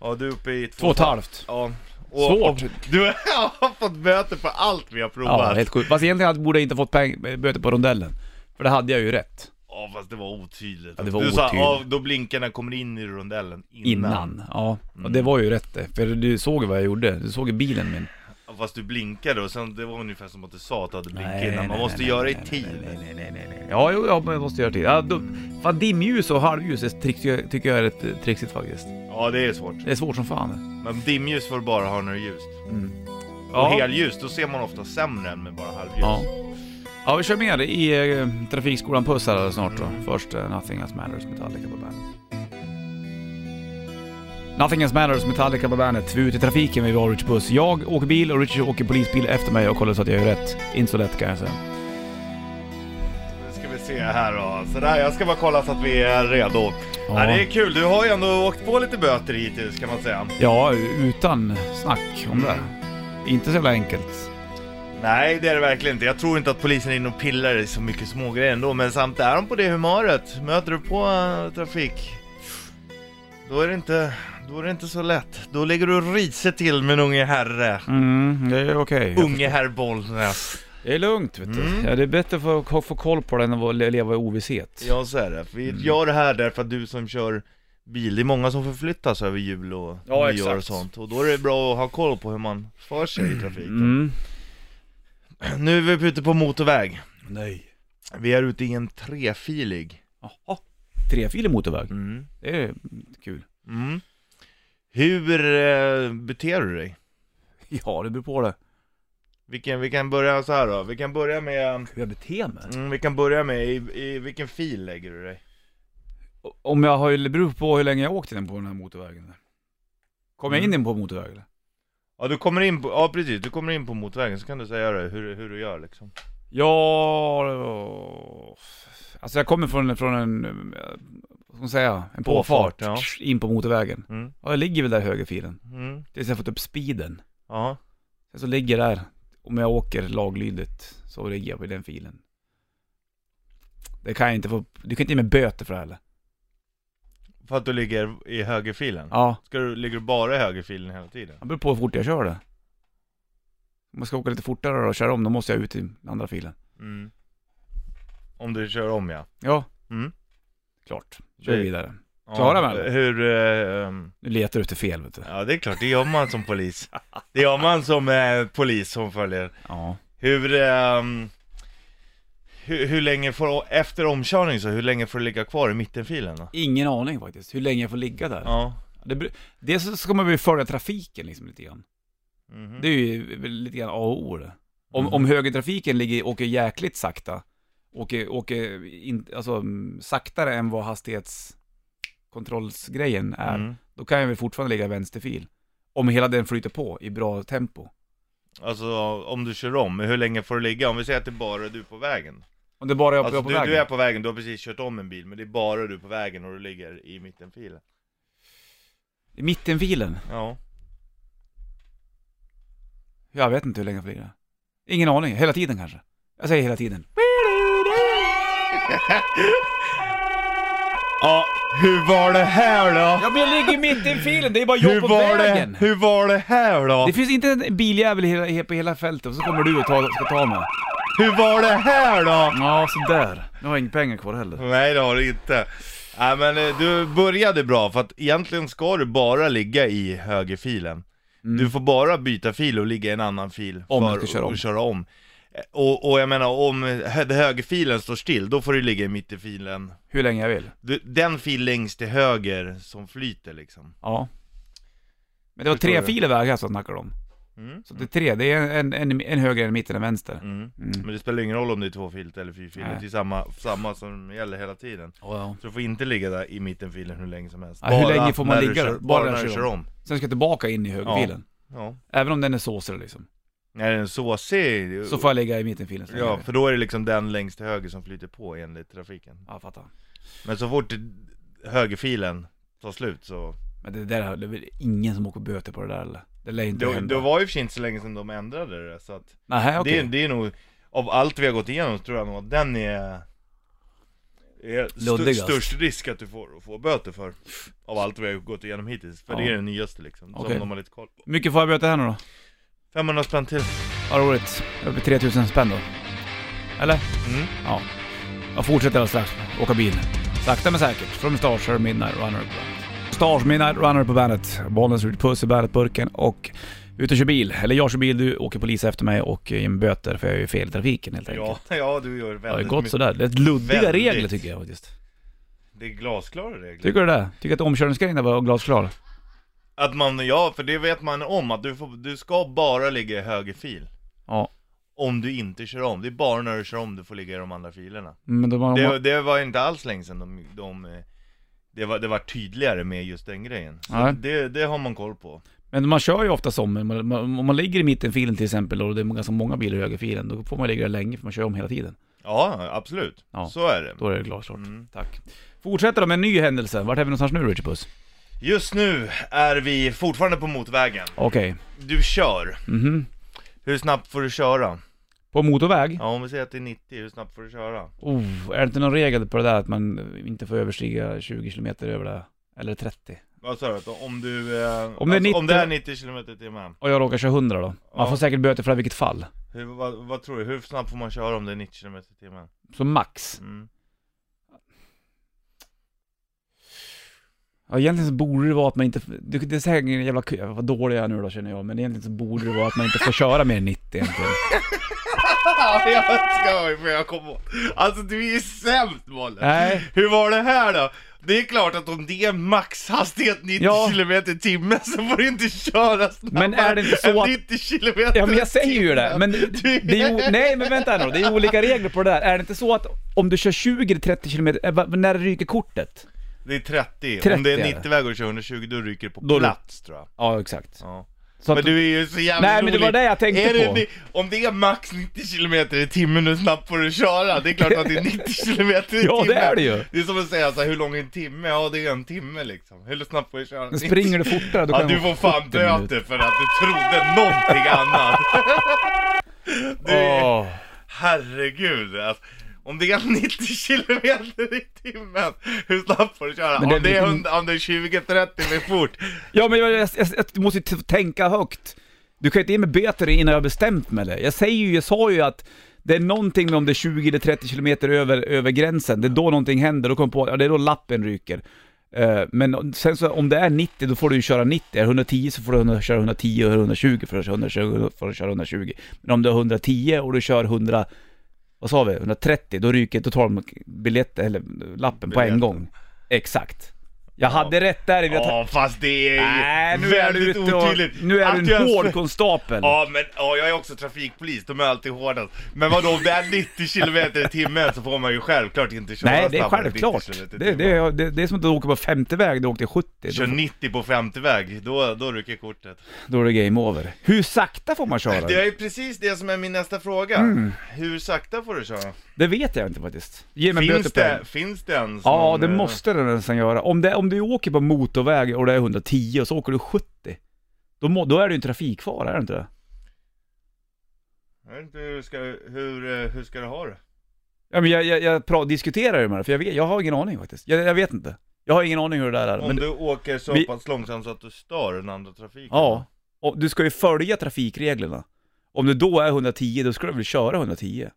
Speaker 2: Ja, du är uppe i två...
Speaker 1: Två och ett halvt.
Speaker 2: Ja.
Speaker 1: Svårt.
Speaker 2: du har fått böter för allt vi har
Speaker 1: Ja,
Speaker 2: provat. Ja,
Speaker 1: helt sjukt. Fast egentligen hade- borde jag inte fått peng- böter på rondellen. För det hade jag ju rätt.
Speaker 2: fast det var otydligt.
Speaker 1: Ja, det var
Speaker 2: du sa,
Speaker 1: otydligt.
Speaker 2: ja, då blinkarna kommer in i rondellen innan.
Speaker 1: Innan. Mm. Ja. Och det var ju rätt det. För du såg ju vad jag gjorde. Du såg ju bilen min.
Speaker 2: Ja, Fast du blinkade och sen, det var ungefär som att du sa att du hade blinkat
Speaker 1: Nej,
Speaker 2: innan. Man
Speaker 1: nej,
Speaker 2: måste
Speaker 1: nej,
Speaker 2: göra
Speaker 1: nej,
Speaker 2: i
Speaker 1: nej,
Speaker 2: tid.
Speaker 1: Nej, nej, nej, nej, nej. Ja, jo, ja, men jag måste göra tid. Ja, då, fan dimljus och halvljus är trick, tycker jag är rätt eh, trixigt faktiskt.
Speaker 2: Ja, det är svårt.
Speaker 1: Det är svårt som fan.
Speaker 2: Men dimljus får du bara ha när det är ljust.
Speaker 1: Mm.
Speaker 2: Och
Speaker 1: Ja.
Speaker 2: helljus, då ser man ofta sämre än med bara halvljus.
Speaker 1: Ja. ja, vi kör med i eh, Trafikskolan Puss här snart då. Först eh, Nothing Else Matters Metallica på bandet. Nothing Else Matters Metallica på bandet. Vi är ute i trafiken med Rich Puss. Jag åker bil och Richard åker polisbil efter mig och kollar så att jag gör rätt. Inte så lätt kan jag säga.
Speaker 2: Nu ska vi se här då. Sådär, jag ska bara kolla så att vi är redo.
Speaker 1: Ja.
Speaker 2: Ja. det är kul, du har ju ändå åkt på lite böter hittills kan man säga.
Speaker 1: Ja, utan snack om det. Inte så jävla enkelt.
Speaker 2: Nej, det är det verkligen inte. Jag tror inte att polisen är inne och pillar i så mycket smågrejer ändå, men samtidigt är de på det humöret. Möter du på eh, trafik, då är det inte, då är det inte så lätt. Då ligger du och riser till med en unge herre.
Speaker 1: Mm, det är okej.
Speaker 2: Unge herr Bollnäs.
Speaker 1: Det är lugnt vet du.
Speaker 2: Mm.
Speaker 1: Ja, det är bättre för att få koll på det än att leva i ovisshet.
Speaker 2: Ja, så är det. Vi
Speaker 1: Mm.
Speaker 2: gör det här därför att du som kör bil, det är många som förflyttas över jul och
Speaker 1: Ja,
Speaker 2: nyår
Speaker 1: exakt.
Speaker 2: och sånt. Och då är det bra att ha koll på hur man för sig i trafiken.
Speaker 1: Mm.
Speaker 2: Nu är vi ute på motorväg.
Speaker 1: Nej.
Speaker 2: Vi är ute i en trefilig.
Speaker 1: Jaha. Trefilig motorväg.
Speaker 2: Mm.
Speaker 1: Det är kul.
Speaker 2: Mm. Hur eh, beter du dig?
Speaker 1: Ja, det beror på det.
Speaker 2: Vi kan, vi kan börja så här då, vi kan börja med,
Speaker 1: Hur jag beter mig?
Speaker 2: mm, vi kan börja med i, i vilken fil lägger du dig?
Speaker 1: Om jag har, det beror på hur länge jag åkt den på den här motorvägen. Kommer jag in
Speaker 2: Mm.
Speaker 1: den på motorvägen eller?
Speaker 2: Ja du kommer in på, ja precis, du kommer in på motvägen så kan du säga det, hur, hur du gör liksom.
Speaker 1: Ja... det var- Alltså jag kommer från, från en, eh, vad ska man säga, en påfart,
Speaker 2: Påfart,
Speaker 1: in på motorvägen.
Speaker 2: Mm,
Speaker 1: Ja, jag ligger väl där i högerfilen.
Speaker 2: mm,
Speaker 1: Tills jag fått upp speeden.
Speaker 2: ja.
Speaker 1: Sen så ligger jag där. Om jag åker laglydigt så ligger jag på den filen. Det kan jag inte få, du kan inte ge mig böter för det heller.
Speaker 2: För att du ligger i högerfilen?
Speaker 1: Ja,
Speaker 2: Ska du, ligger du bara i högerfilen hela tiden?
Speaker 1: det beror på hur fort jag kör det. Om jag ska åka lite fortare och köra om, då måste jag ut i den andra filen.
Speaker 2: Mm. Om du kör om ja.
Speaker 1: Ja,
Speaker 2: Mm.
Speaker 1: klart. Kör
Speaker 2: Det-
Speaker 1: vidare.
Speaker 2: ja.
Speaker 1: Klarar man det?
Speaker 2: Hur, eh, ehm,
Speaker 1: Nu letar du efter fel vet du.
Speaker 2: ja det är klart, det gör man som polis. Det gör man som eh, polis som följer.
Speaker 1: Ja.
Speaker 2: Hur, ehm, hur, hur länge får, efter omkörning så, hur länge får du ligga kvar i mittenfilen då?
Speaker 1: Ingen aning faktiskt, hur länge jag får ligga där.
Speaker 2: Ja.
Speaker 1: Det, beror- dels så ska man ju följa trafiken liksom lite grann.
Speaker 2: Mhm.
Speaker 1: Det är ju väl lite grann A och O det. Om,
Speaker 2: Mm.
Speaker 1: om högertrafiken ligger, åker jäkligt sakta, åker, åker in, alltså, mm, saktare än vad hastighetskontrollsgrejen är,
Speaker 2: Mm.
Speaker 1: då kan jag väl fortfarande ligga i vänsterfil. Om hela den flyter på i bra tempo.
Speaker 2: Alltså om du kör om, hur länge får du ligga? Om vi säger att det bara är du på vägen.
Speaker 1: Om det bara är jag
Speaker 2: alltså
Speaker 1: på
Speaker 2: du,
Speaker 1: vägen.
Speaker 2: du är på vägen, du har precis kört om en bil, men det är bara du på vägen och du ligger i mittenfilen.
Speaker 1: I mittenfilen?
Speaker 2: Ja.
Speaker 1: Jag vet inte hur länge jag får ligga. Ingen aning, hela tiden kanske. Jag säger hela tiden.
Speaker 2: ja, hur var det här då?
Speaker 1: Ja men jag ligger mitt i filen, det är bara
Speaker 2: hur
Speaker 1: jag på
Speaker 2: var
Speaker 1: vägen!
Speaker 2: det, hur var det här då?
Speaker 1: Det finns inte en biljävel i hela, på hela fältet och så kommer du och ta, ska ta mig.
Speaker 2: Hur var det här då?
Speaker 1: Ja, sådär. Nu har jag inga pengar kvar heller.
Speaker 2: Nej det har du inte. Nej men eh, du började bra för att egentligen ska du bara ligga i högerfilen. Du får bara byta fil och ligga i en annan fil
Speaker 1: Mm. Om
Speaker 2: för
Speaker 1: du ska köra om.
Speaker 2: att köra om. Eh, Och, och jag menar om hö- högerfilen står still, då får du ligga i mittenfilen.
Speaker 1: Hur länge jag vill.
Speaker 2: Du, den fil längst till höger som flyter liksom.
Speaker 1: Ja. Men det var
Speaker 2: Förstår
Speaker 1: tre
Speaker 2: du?
Speaker 1: filer vägar som snackar om.
Speaker 2: Mm.
Speaker 1: Så det är tre, det är en, en, en höger, en mitten, en vänster.
Speaker 2: Mm.
Speaker 1: Mm.
Speaker 2: Men det spelar ingen roll om det är tvåfilt eller fyrfiligt,
Speaker 1: Nej.
Speaker 2: det är samma, samma som gäller hela tiden. Så du får inte ligga där i mittenfilen hur länge som helst.
Speaker 1: Ja, hur länge får man
Speaker 2: när du
Speaker 1: ligga
Speaker 2: kör-
Speaker 1: då?
Speaker 2: Bara, när du kör om.
Speaker 1: Sen ska jag tillbaka in i högerfilen.
Speaker 2: Ja.
Speaker 1: Även om den är såsig liksom.
Speaker 2: När den är såsig,
Speaker 1: Så får jag lägga i mittenfilen. så
Speaker 2: ja,
Speaker 1: länge.
Speaker 2: för då är det liksom den längst till höger som flyter på enligt trafiken.
Speaker 1: ja, fattar.
Speaker 2: Men så fort det- högerfilen tar slut så...
Speaker 1: Men det där, det är väl ingen som åker böter på det där eller? Det lär inte
Speaker 2: Det,
Speaker 1: hända.
Speaker 2: det var ju för sig inte så länge sedan de ändrade det, så att
Speaker 1: Nähä, okej.
Speaker 2: det, det är nog... Av allt vi har gått igenom så tror jag nog att den är... är st-
Speaker 1: Luddigast.
Speaker 2: störst risk att du får, får böter för. Av allt vi har gått igenom hittills. För
Speaker 1: Ja.
Speaker 2: det är den nyaste liksom,
Speaker 1: Okej.
Speaker 2: som de har lite koll på.
Speaker 1: mycket får jag böter här nu då?
Speaker 2: 500 spänn till.
Speaker 1: Ja, roligt. Jag är uppe i 3000 spänn då. Eller?
Speaker 2: Mm.
Speaker 1: Ja. Jag fortsätter alldeles strax åka bil. Sakta men säkert. Från Starshare Midnight Runner på bandet. Stars Midnight Runner på bandet. Bollnäs Rudd Puss i bandetburken och ut och kör bil. Eller jag kör bil, du åker polis efter mig och eh, ger mig böter för jag är ju fel i trafiken helt enkelt.
Speaker 2: Ja, ja, du gör
Speaker 1: Ja, det har
Speaker 2: väldigt
Speaker 1: gått
Speaker 2: mycket.
Speaker 1: sådär. Det är luddiga
Speaker 2: Väldigt.
Speaker 1: regler tycker jag faktiskt.
Speaker 2: Det är glasklara regler.
Speaker 1: Tycker du det? Tycker att omkörningsgrejen där var glasklar?
Speaker 2: Att man, ja, för det vet man om att du, får, du ska bara ligga i höger fil.
Speaker 1: Ja.
Speaker 2: Om du inte kör om. Det är bara när du kör om du får ligga i de andra filerna.
Speaker 1: Men då var
Speaker 2: Det, det var inte alls länge sedan de, de eh, det, var, det var tydligare med just den grejen. Så
Speaker 1: Nej.
Speaker 2: det, det har man koll på.
Speaker 1: Men man kör ju ofta som, man- man- om man ligger i mittenfilen till exempel och det är ganska många bilar i högerfilen, då får man ligga där länge för man kör om hela tiden.
Speaker 2: Ja, absolut.
Speaker 1: Ja.
Speaker 2: Så är det.
Speaker 1: Då är det glasklart.
Speaker 2: Mm.
Speaker 1: Tack. Fortsätter då med en ny händelse. Vart är vi någonstans nu Richard Puss?
Speaker 2: Just nu är vi fortfarande på motvägen.
Speaker 1: Okej.
Speaker 2: Du kör.
Speaker 1: Mhm.
Speaker 2: Hur snabbt får du köra?
Speaker 1: På motorväg?
Speaker 2: Ja, om vi säger att det är 90, hur snabbt får du köra?
Speaker 1: Oh, är det inte någon regel på det där att man inte får överstiga 20 km över det? Eller 30?
Speaker 2: Vad sa du? Om du... Eh,
Speaker 1: det är
Speaker 2: om det
Speaker 1: 90
Speaker 2: är 90 km timmen.
Speaker 1: Och jag råkar köra 100 då? Man
Speaker 2: Ja.
Speaker 1: får säkert böter för det i vilket fall.
Speaker 2: Hur, vad, vad tror du, hur snabbt får man köra om det är 90 km i timmen?
Speaker 1: Så max.
Speaker 2: Mm.
Speaker 1: Ja, egentligen så borde det vara att man inte... Det det är säkert en jävla... k- Vad dålig jag är nu då känner jag, men egentligen så borde det vara att man inte får köra mer än 90 egentligen.
Speaker 2: Ja, jag ska för jag kom åt. Alltså du är sämst Molle!
Speaker 1: Nej.
Speaker 2: Hur var det här då? Det är klart att om det är maxhastighet 90
Speaker 1: Ja.
Speaker 2: km i timmen så får du inte köra snabbare
Speaker 1: Men är det inte så
Speaker 2: än
Speaker 1: att-
Speaker 2: 90 km
Speaker 1: Ja men jag säger ju det, men det är ju, nej men vänta här nu, det är ju olika regler på det där. Är det inte så att om du kör 20-30 kilometer, eh, va- när ryker kortet?
Speaker 2: Det är 30.
Speaker 1: 30
Speaker 2: om det
Speaker 1: är
Speaker 2: är
Speaker 1: det.
Speaker 2: 90-väg och du kör 120 då ryker det på
Speaker 1: Då ry-
Speaker 2: plats tror jag.
Speaker 1: Ja exakt.
Speaker 2: Ja.
Speaker 1: Så
Speaker 2: Men
Speaker 1: att,
Speaker 2: du är ju så jävla
Speaker 1: Nej, men det var
Speaker 2: rolig.
Speaker 1: det jag tänkte
Speaker 2: är det,
Speaker 1: på.
Speaker 2: ni- Om det är max 90 km i timmen hur snabbt får du köra? Det är klart att det är 90 km i timmen.
Speaker 1: Ja, det är det ju.
Speaker 2: Det är som att säga så här, hur lång är en timme? Ja det är en timme liksom. Hur snabbt får du köra?
Speaker 1: men springer du fortare då
Speaker 2: Ja
Speaker 1: kan
Speaker 2: du
Speaker 1: det
Speaker 2: får
Speaker 1: vara
Speaker 2: fan
Speaker 1: 40 minuter.
Speaker 2: böter för att du trodde någonting annat. Du,
Speaker 1: Åh.
Speaker 2: Herregud alltså. Om det är 90 kilometer i timmen, hur snabbt får du köra?
Speaker 1: Men
Speaker 2: Om
Speaker 1: det-
Speaker 2: det är, 100 om det är 20-30 med fort,
Speaker 1: Ja men jag, jag, jag, jag du måste ju t- tänka högt. Du kan ju inte ge mig böter innan jag har bestämt mig eller? Jag säger ju, jag sa ju att det är någonting med om det är 20 eller 30 kilometer över, över gränsen, det är då någonting händer, då kommer jag på, ja det är då lappen ryker. Eh, Men sen så om det är 90 då får du ju köra 90, är det 110 så får du hundra- köra 110 och 120 för att köra 120, får du köra 120. Men om du är 110 och du kör 100, vad sa vi, 130, då ryker, då tar de biljett, eller lappen på en
Speaker 2: Biljetten.
Speaker 1: gång. Exakt. Jag hade rätt där, jag,
Speaker 2: Ja fast det är ju
Speaker 1: Nej, nu är du
Speaker 2: väldigt
Speaker 1: ute och,
Speaker 2: otydligt.
Speaker 1: Nu är
Speaker 2: Att
Speaker 1: du en
Speaker 2: jag-
Speaker 1: hård konstapel.
Speaker 2: Ja men ja, jag är också trafikpolis, de är alltid hårdast. Men vadå om det är 90 kilometer i timmen så får man ju självklart inte köra
Speaker 1: Nej, det är
Speaker 2: snabbare än 90
Speaker 1: självklart.
Speaker 2: kilometer i
Speaker 1: Det, det,
Speaker 2: timmen.
Speaker 1: är- det, det är som att du åker på 50 väg, du åkte 70.
Speaker 2: Kör
Speaker 1: Då,
Speaker 2: 90 på 50-väg, då, då rycker kortet.
Speaker 1: då är det game over. Hur sakta får man köra?
Speaker 2: Det
Speaker 1: Det,
Speaker 2: är ju precis det som är min nästa fråga.
Speaker 1: Mm.
Speaker 2: Hur sakta får du köra?
Speaker 1: vet jag inte faktiskt. Ge mig
Speaker 2: Finns
Speaker 1: böter
Speaker 2: det,
Speaker 1: på
Speaker 2: finns det ens
Speaker 1: Ja,
Speaker 2: någon,
Speaker 1: det
Speaker 2: eh,
Speaker 1: måste den nästan göra. Om, det, om du åker på motorväg och det är 110 och så åker du 70, då, må, då är det ju en trafikfara, är det inte det?
Speaker 2: Jag vet inte hur du ska, hur, eh, hur ska du ha det?
Speaker 1: Ja, men jag, jag, jag pra- diskuterar ju med det, för jag, vet, jag har ingen aning faktiskt. Jag, jag vet inte. Jag har ingen aning hur det där är.
Speaker 2: Om
Speaker 1: men-
Speaker 2: du åker så
Speaker 1: vi-
Speaker 2: pass långsamt så att du stör den andra trafiken?
Speaker 1: Ja, och du ska ju följa trafikreglerna. Om du då är 110, då ska du väl köra 110?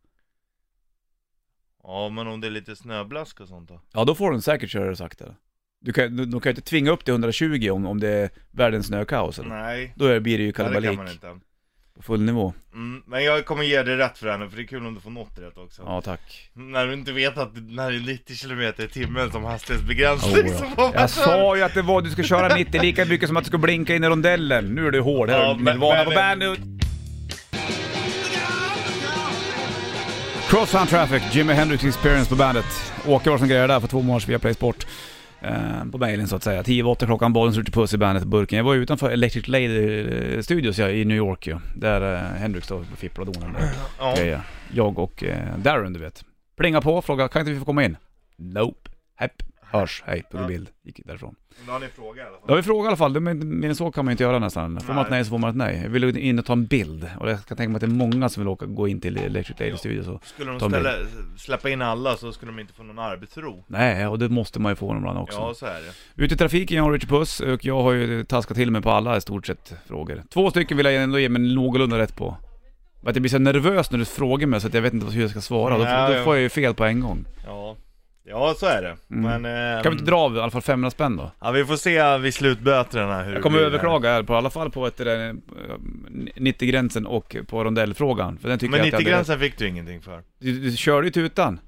Speaker 2: Ja, men om det är lite snöblask och sånt då?
Speaker 1: Ja, då får du säkert köra det saktare. Du kan, de, de kan ju inte tvinga upp till 120 om, om det är världens snökaos eller?
Speaker 2: Nej,
Speaker 1: Då är- blir det ju
Speaker 2: Nej, det
Speaker 1: kalabalik.
Speaker 2: kan man inte.
Speaker 1: På full nivå.
Speaker 2: Mm, men jag kommer ge dig rätt för henne, för det är kul om du får något rätt också.
Speaker 1: Ja, tack.
Speaker 2: När du inte vet att när det är 90 km i timmen som
Speaker 1: Oh,
Speaker 2: hastighetsbegränsning så får
Speaker 1: ja.
Speaker 2: man
Speaker 1: Jag
Speaker 2: köra.
Speaker 1: sa ju att det var, du ska köra 90 lika mycket som att du ska blinka in i rondellen. Nu är du hård. Här
Speaker 2: Ja,
Speaker 1: är
Speaker 2: men-
Speaker 1: Nirvana
Speaker 2: men-
Speaker 1: på bandet. Crosstown Traffic, Jimi Hendrix Experience på bandet. Åke var som grejade där för två månaders via Play Sport. Eh, på mejlen så att säga. 10 var åtta klockan, bollen slår till puss i bandet burken. Jag var ju utanför Electric Lady eh, Studios ja, i New York ju. Där eh, Hendrix då fipplade och donade med
Speaker 2: Ja.
Speaker 1: grejer. Jag och eh, Darren du vet. Plinga på, fråga kan inte vi få komma in? Nope. Hepp. Hörs, hej, tog en
Speaker 2: Ja.
Speaker 1: bild, gick därifrån.
Speaker 2: Men då har ni en fråga i alla fall.
Speaker 1: Då har vi frågat i alla fall, men men så kan man ju inte göra nästan. Får man
Speaker 2: Nej.
Speaker 1: ett nej så får man ett nej. Jag vill in och ta en bild och jag kan tänka mig att det är många som vill åka, gå in till Electric Lady
Speaker 2: Ja.
Speaker 1: Studios och
Speaker 2: Skulle de
Speaker 1: Ta en bild.
Speaker 2: ställa, släppa in alla så skulle de inte få någon arbetsro.
Speaker 1: Nej, och det måste man ju få ibland också.
Speaker 2: Ja, så är det.
Speaker 1: Ute i trafiken, jag och Richard Puss, och jag har ju taskat till mig på alla i stort sett frågor. Två stycken vill jag ändå ge mig någorlunda rätt på. Att jag blir så nervös när du frågar mig så att jag vet inte hur jag ska svara. Då,
Speaker 2: Ja,
Speaker 1: då
Speaker 2: ja.
Speaker 1: får jag ju fel på en gång.
Speaker 2: Ja, ja så är det.
Speaker 1: Mm.
Speaker 2: Men... ehm,
Speaker 1: Kan vi inte dra av i alla fall 500 spänn då?
Speaker 2: Ja, vi får se vid slutböterna hur
Speaker 1: Jag
Speaker 2: det
Speaker 1: kommer
Speaker 2: blir
Speaker 1: överklaga här, på i alla fall på ett, eh, 90-gränsen och på rondellfrågan. För den
Speaker 2: där.
Speaker 1: tycker
Speaker 2: Men
Speaker 1: jag att jag hade rätt.
Speaker 2: 90-gränsen fick du ingenting för.
Speaker 1: Du, du körde ju tutan.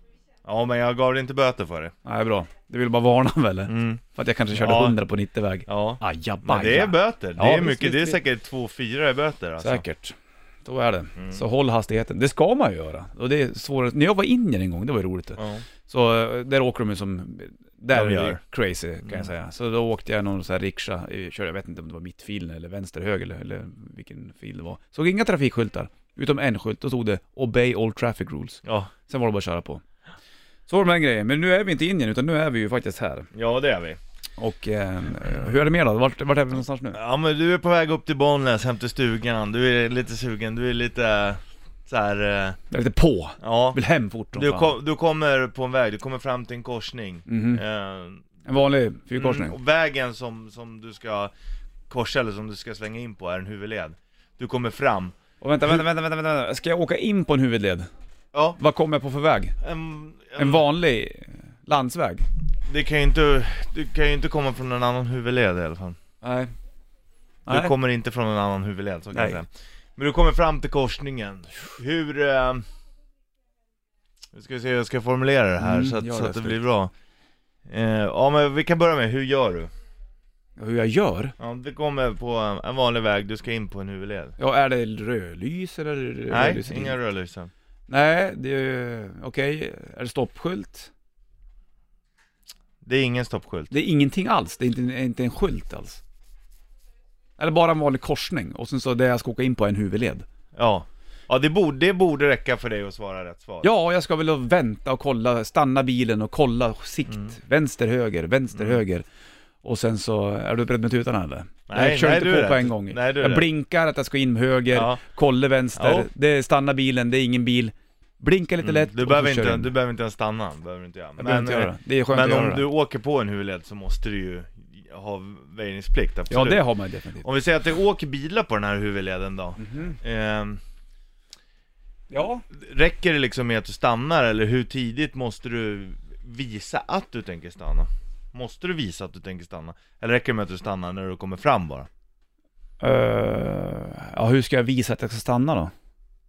Speaker 2: Ja, men jag gav dig inte böter för det.
Speaker 1: Nej, bra. Du vill bara varna väl?
Speaker 2: Mm.
Speaker 1: För att jag kanske körde
Speaker 2: Ja.
Speaker 1: 100 på 90-väg.
Speaker 2: Ja.
Speaker 1: Ajabajja.
Speaker 2: Men det är böter.
Speaker 1: Ja,
Speaker 2: Det är
Speaker 1: visst,
Speaker 2: mycket. Det är
Speaker 1: visst,
Speaker 2: säkert 2-4 i böter alltså.
Speaker 1: Säkert. Då är det.
Speaker 2: Mm.
Speaker 1: Så håll hastigheten. Det ska man ju göra. Och det är svårare. När jag var i Indien en gång, det var ju roligt.
Speaker 2: Ja.
Speaker 1: Så eh, där åker de ju som... Där
Speaker 2: De
Speaker 1: är det
Speaker 2: gör.
Speaker 1: ju crazy kan jag
Speaker 2: Mm.
Speaker 1: säga. Så då åkte jag någon sån här rikscha, eh, körde, jag vet inte om det var mittfilen eller vänster, höger eller, eller vilken fil det var. Såg inga trafikskyltar, utom en skylt, då stod det 'Obey all traffic rules'
Speaker 2: Ja.
Speaker 1: Sen var det bara att köra på. Så var det med den grejen, men nu är vi inte i Indien utan nu är vi ju faktiskt här.
Speaker 2: ja, det är vi.
Speaker 1: Och eh, hur är det med då? Vart, vart är vi någonstans nu?
Speaker 2: Ja, men du är på väg upp till Bollnäs, hem till stugan. Du är lite sugen. Du är lite eh, så här. eh,
Speaker 1: Jag är lite på,
Speaker 2: Ja.
Speaker 1: vill hem fort som
Speaker 2: Du,
Speaker 1: fan.
Speaker 2: kom, du kommer på en väg. Du kommer fram till en korsning.
Speaker 1: Mhm.
Speaker 2: Eh,
Speaker 1: En vanlig fyrkorsning.
Speaker 2: Mm, och vägen som, som du ska korsa eller som du ska slänga in på är en huvudled. Du kommer fram.
Speaker 1: Och vänta, vänta, vänta, vänta, vänta, ska jag åka in på en huvudled?
Speaker 2: Ja,
Speaker 1: Vad kommer jag på för väg?
Speaker 2: en,
Speaker 1: En vanlig eh, landsväg?
Speaker 2: det kan ju inte, du kan ju inte komma från en annan huvudled i alla fall.
Speaker 1: Nej.
Speaker 2: Du
Speaker 1: Nej.
Speaker 2: kommer inte från en annan huvudled, så kan jag
Speaker 1: Nej.
Speaker 2: säga. Men du kommer fram till korsningen. Hur... Eh, nu ska vi se hur jag ska formulera det här
Speaker 1: Mm,
Speaker 2: så, att,
Speaker 1: gör
Speaker 2: så
Speaker 1: det,
Speaker 2: att det
Speaker 1: slut.
Speaker 2: blir bra. Eh, ja men vi kan börja med, hur gör du?
Speaker 1: Hur jag gör?
Speaker 2: Ja, du kommer på en, en vanlig väg, du ska in på en huvudled.
Speaker 1: Ja, är det rödlys eller? rödlys-
Speaker 2: Nej,
Speaker 1: rödlys-
Speaker 2: inga rödlysen.
Speaker 1: Nej, det är okej. Är det stoppskylt?
Speaker 2: Det är ingen stoppskylt.
Speaker 1: Det är ingenting alls. Det är inte, inte en skylt alls. Eller bara en vanlig korsning och sen så det jag ska åka in på är en huvudled.
Speaker 2: Ja. Ja, det borde, det borde räcka för dig att svara rätt svar.
Speaker 1: Ja, jag ska väl vänta och kolla, stanna bilen och kolla sikt.
Speaker 2: Mm.
Speaker 1: Vänster, höger, vänster, höger. Och sen så, är du beredd med tutan eller?
Speaker 2: Nej,
Speaker 1: jag kör
Speaker 2: nej,
Speaker 1: inte
Speaker 2: du är
Speaker 1: på på
Speaker 2: rätt.
Speaker 1: en gång.
Speaker 2: Nej, du är
Speaker 1: jag
Speaker 2: rätt.
Speaker 1: blinkar att jag ska in höger,
Speaker 2: Ja.
Speaker 1: kolla vänster,
Speaker 2: Ja. Mm,
Speaker 1: det är stanna bilen, det är ingen bil. Blinka lite lätt
Speaker 2: Du
Speaker 1: och
Speaker 2: behöver,
Speaker 1: så kör
Speaker 2: inte,
Speaker 1: in.
Speaker 2: du behöver inte ens stanna, det behöver du inte göra.
Speaker 1: Jag behöver inte göra det. Det är skönt
Speaker 2: men eh,
Speaker 1: att göra
Speaker 2: om
Speaker 1: det.
Speaker 2: du åker på en huvudled så måste du ju ha väjningsplikt,
Speaker 1: Ja,
Speaker 2: absolut.
Speaker 1: det har man ju definitivt.
Speaker 2: Om vi säger att det åker bilar på den här huvudleden då,
Speaker 1: Mm.
Speaker 2: ehm,
Speaker 1: Ja.
Speaker 2: räcker det liksom med att du stannar eller hur tidigt måste du visa att du tänker stanna? Måste du visa att du tänker stanna? Eller räcker det med att du stannar när du kommer fram bara?
Speaker 1: Eh, ja, hur ska jag visa att jag ska stanna då?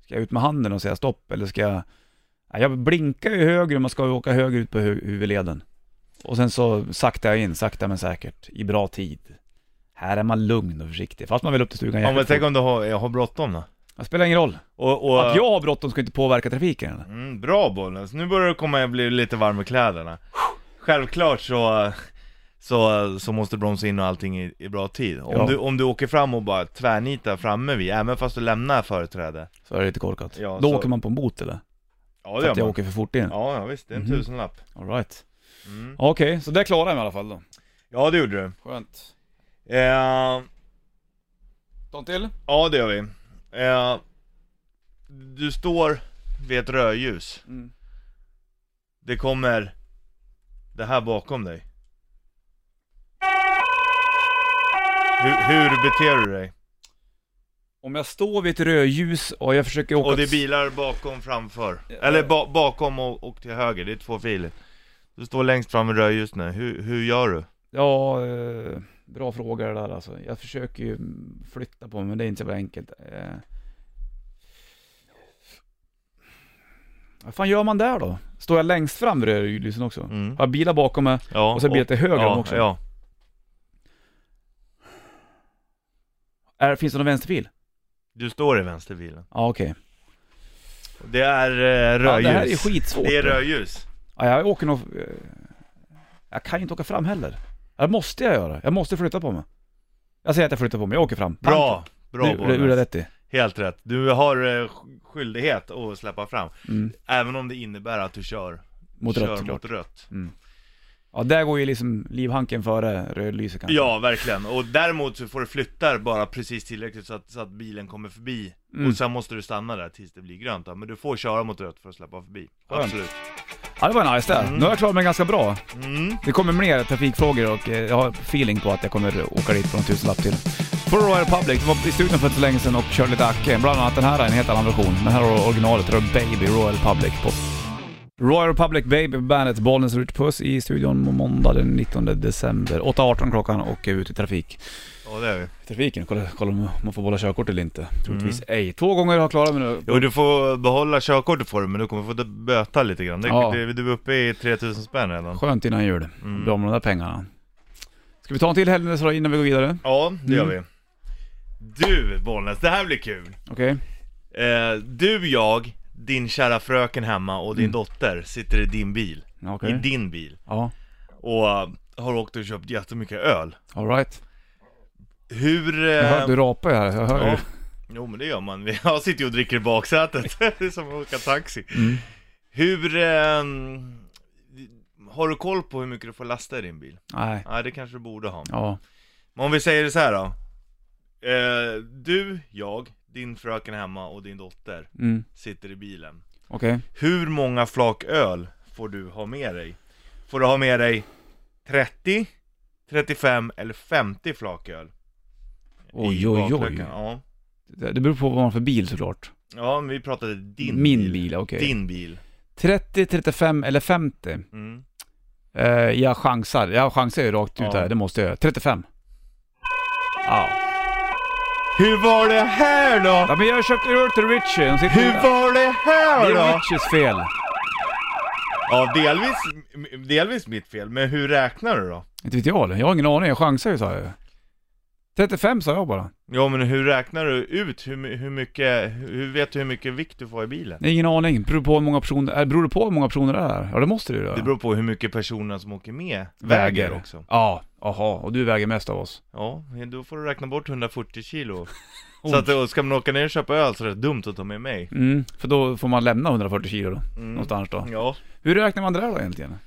Speaker 1: Ska jag ut med handen och säga stopp eller ska jag... Ja, jag blinkar ju höger, man ska ju åka höger ut på hu- huvudleden. Och sen så saktar jag in, sakta men säkert, i bra tid. Här är man lugn och försiktig, fast man vill upp till stugan
Speaker 2: Ja, men
Speaker 1: jävligt
Speaker 2: tänk
Speaker 1: fort.
Speaker 2: om du har, jag har bråttom då?
Speaker 1: Det spelar ingen roll.
Speaker 2: Och, och,
Speaker 1: Att jag har bråttom ska inte påverka trafiken eller?
Speaker 2: Mm, bra Bollnäs, nu börjar du komma och bli lite varm i kläderna. Självklart så, så, så måste du bromsa in och allting i, i bra tid. Om,
Speaker 1: Ja.
Speaker 2: du, om du åker fram och bara tvärnitar framme vid, även fast du lämnar företräde.
Speaker 1: Så är det lite korkat.
Speaker 2: Ja,
Speaker 1: då
Speaker 2: så-
Speaker 1: åker man på en bot eller?
Speaker 2: Ja
Speaker 1: För att jag
Speaker 2: man.
Speaker 1: åker för fort in?
Speaker 2: Ja, ja visst, det är en
Speaker 1: Mhm.
Speaker 2: tusenlapp.
Speaker 1: All right.
Speaker 2: Mm.
Speaker 1: Okej, så det klarar jag mig i alla fall då.
Speaker 2: Ja det gjorde du.
Speaker 1: Skönt.
Speaker 2: Eh,
Speaker 1: Ta en till.
Speaker 2: ja det gör vi. Eh, du står vid ett rödljus.
Speaker 1: Mm.
Speaker 2: Det kommer det här bakom dig. Hur, hur beter du dig?
Speaker 1: Om jag står vid ett rödljus och jag försöker åka...
Speaker 2: Och det är bilar bakom framför. Eller ba bakom och, och till höger, det är två filer. Du står längst fram i rödljus nu, hur, hur gör du?
Speaker 1: Ja, eh, bra fråga det där alltså. Jag försöker ju mm, flytta på mig, men det är inte så jävla enkelt. Eh, Vad fan gör man där då? Står jag längst fram vid rödlysen också?
Speaker 2: Mm.
Speaker 1: Har jag bilar bakom mig
Speaker 2: Ja,
Speaker 1: och så bilar till höger om
Speaker 2: ja,
Speaker 1: också?
Speaker 2: Ja.
Speaker 1: Är, finns det någon vänsterfil?
Speaker 2: Du står i vänsterbilen.
Speaker 1: Ja okej.
Speaker 2: Det är eh,
Speaker 1: Ja,
Speaker 2: rödljus.
Speaker 1: det här är skitsvårt.
Speaker 2: Det är rödljus.
Speaker 1: ja, jag åker nog... eh, Jag kan ju inte åka fram heller. Det måste jag göra. Jag måste flytta på mig. Jag säger att jag flyttar på mig, jag åker fram. Pang.
Speaker 2: Bra, bra
Speaker 1: Det- Det gjorde jag
Speaker 2: Bollnäs.
Speaker 1: rätt i.
Speaker 2: Helt rätt. Du har eh, sk- skyldighet att släppa fram.
Speaker 1: Mm.
Speaker 2: Även om det innebär att du kör
Speaker 1: Mot
Speaker 2: kör
Speaker 1: rött såklart.
Speaker 2: mot rött.
Speaker 1: Ja, där går ju liksom livhanken före rödlyset kanske.
Speaker 2: Ja, verkligen. Och däremot så får du flytta bara precis tillräckligt så att, så att bilen kommer förbi.
Speaker 1: Mm.
Speaker 2: Och sen måste du stanna där tills det blir grönt. då. Men du får köra mot rött för att släppa förbi.
Speaker 1: Skönt.
Speaker 2: Absolut.
Speaker 1: ja det var nice där. Nu har jag klarat mig ganska bra.
Speaker 2: Mm.
Speaker 1: Det kommer mer trafikfrågor och eh, jag har feeling på att jag kommer åka dit på en tusenlapp till. For Royal Republic, de var i studion för inte så länge sedan och körde lite Acke. Bland annat den här är en helt annan version. Den här har originalet, det är Baby Royal Republic på. Royal Republic Baby Bandet, Bollnäs Rut Puss i studion på måndag den 19 december. 8.18 klockan och är ute i trafik.
Speaker 2: Ja, det är vi.
Speaker 1: Trafiken, kolla, kolla om man får behålla körkort eller inte. Troligtvis ej. Två gånger har jag klarat mig nu.
Speaker 2: Mm. Jo, du får behålla körkortet får du, men du kommer få d- böta lite grann. Det,
Speaker 1: Ja.
Speaker 2: det, du är uppe i 3000 spänn redan.
Speaker 1: Skönt innan jul.
Speaker 2: Mm.
Speaker 1: Bra med de där pengarna. Ska vi ta en till helgnes då innan vi går vidare?
Speaker 2: Ja, det gör
Speaker 1: Mm.
Speaker 2: vi. Du, Bollnäs, det här blir kul.
Speaker 1: Okej?
Speaker 2: Eh, du, jag, din kära fröken hemma och din
Speaker 1: Mm.
Speaker 2: dotter sitter i din bil.
Speaker 1: Ja, Okej.
Speaker 2: I din bil.
Speaker 1: Ja,
Speaker 2: Och eh, har åkt och köpt jättemycket öl.
Speaker 1: alright.
Speaker 2: Hur... eh,
Speaker 1: Jag hör, du rapar ju här, jag hör ju.
Speaker 2: ja. Jo men det gör man, jag sitter ju och dricker i baksätet, det är som att åka taxi
Speaker 1: Mm.
Speaker 2: Hur... Eh, har du koll på hur mycket du får lasta i din bil?
Speaker 1: Nej.
Speaker 2: Nej det kanske du borde ha
Speaker 1: Ja.
Speaker 2: Men om vi säger det så här då. Eh, du, jag, din fröken hemma och din dotter
Speaker 1: Mm.
Speaker 2: sitter i bilen.
Speaker 1: Okej.
Speaker 2: Hur många flak öl får du ha med dig? Får du ha med dig 30, 35 eller 50 flak öl?
Speaker 1: Oj,
Speaker 2: I
Speaker 1: oj, oj.
Speaker 2: bakluckan? Ja.
Speaker 1: Det det beror på vad man har för bil såklart.
Speaker 2: ja, men vi pratade din
Speaker 1: Min
Speaker 2: bil.
Speaker 1: bil, okej.
Speaker 2: Din bil.
Speaker 1: 30, 35 eller 50?
Speaker 2: Mm.
Speaker 1: Eh, jag chansar. Jag chansar ju rakt ut
Speaker 2: Ja.
Speaker 1: här, det måste jag göra. 35. Ja.
Speaker 2: Hur var det här då?
Speaker 1: ja men jag har köpt öl till Richie. De sitter-
Speaker 2: Hur var det
Speaker 1: Det
Speaker 2: här
Speaker 1: är
Speaker 2: då?
Speaker 1: Richies fel.
Speaker 2: Ja, delvis, delvis mitt fel, men hur räknar du då?
Speaker 1: Inte vet jag eller? Jag har ingen aning. Jag chansar ju sa jag ju. 35 sa jag bara.
Speaker 2: Ja men hur räknar du ut hur, my- hur mycket, hur vet du hur mycket vikt du får i bilen?
Speaker 1: Nej, ingen aning. Beror på hur många personer, äh, beror det på hur många personer det är? Ja det måste det ju göra.
Speaker 2: Det beror på hur mycket personerna som åker med väger också.
Speaker 1: Ja, aha. Och du väger mest av oss.
Speaker 2: Ja, då får du räkna bort 140 kilo.
Speaker 1: Oj.
Speaker 2: Så att, och ska man åka ner och köpa öl så är det dumt att ta med mig.
Speaker 1: Mm, för då får man lämna 140 kilo då,
Speaker 2: Mm.
Speaker 1: någonstans då.
Speaker 2: Ja,
Speaker 1: Hur räknar man det där då egentligen?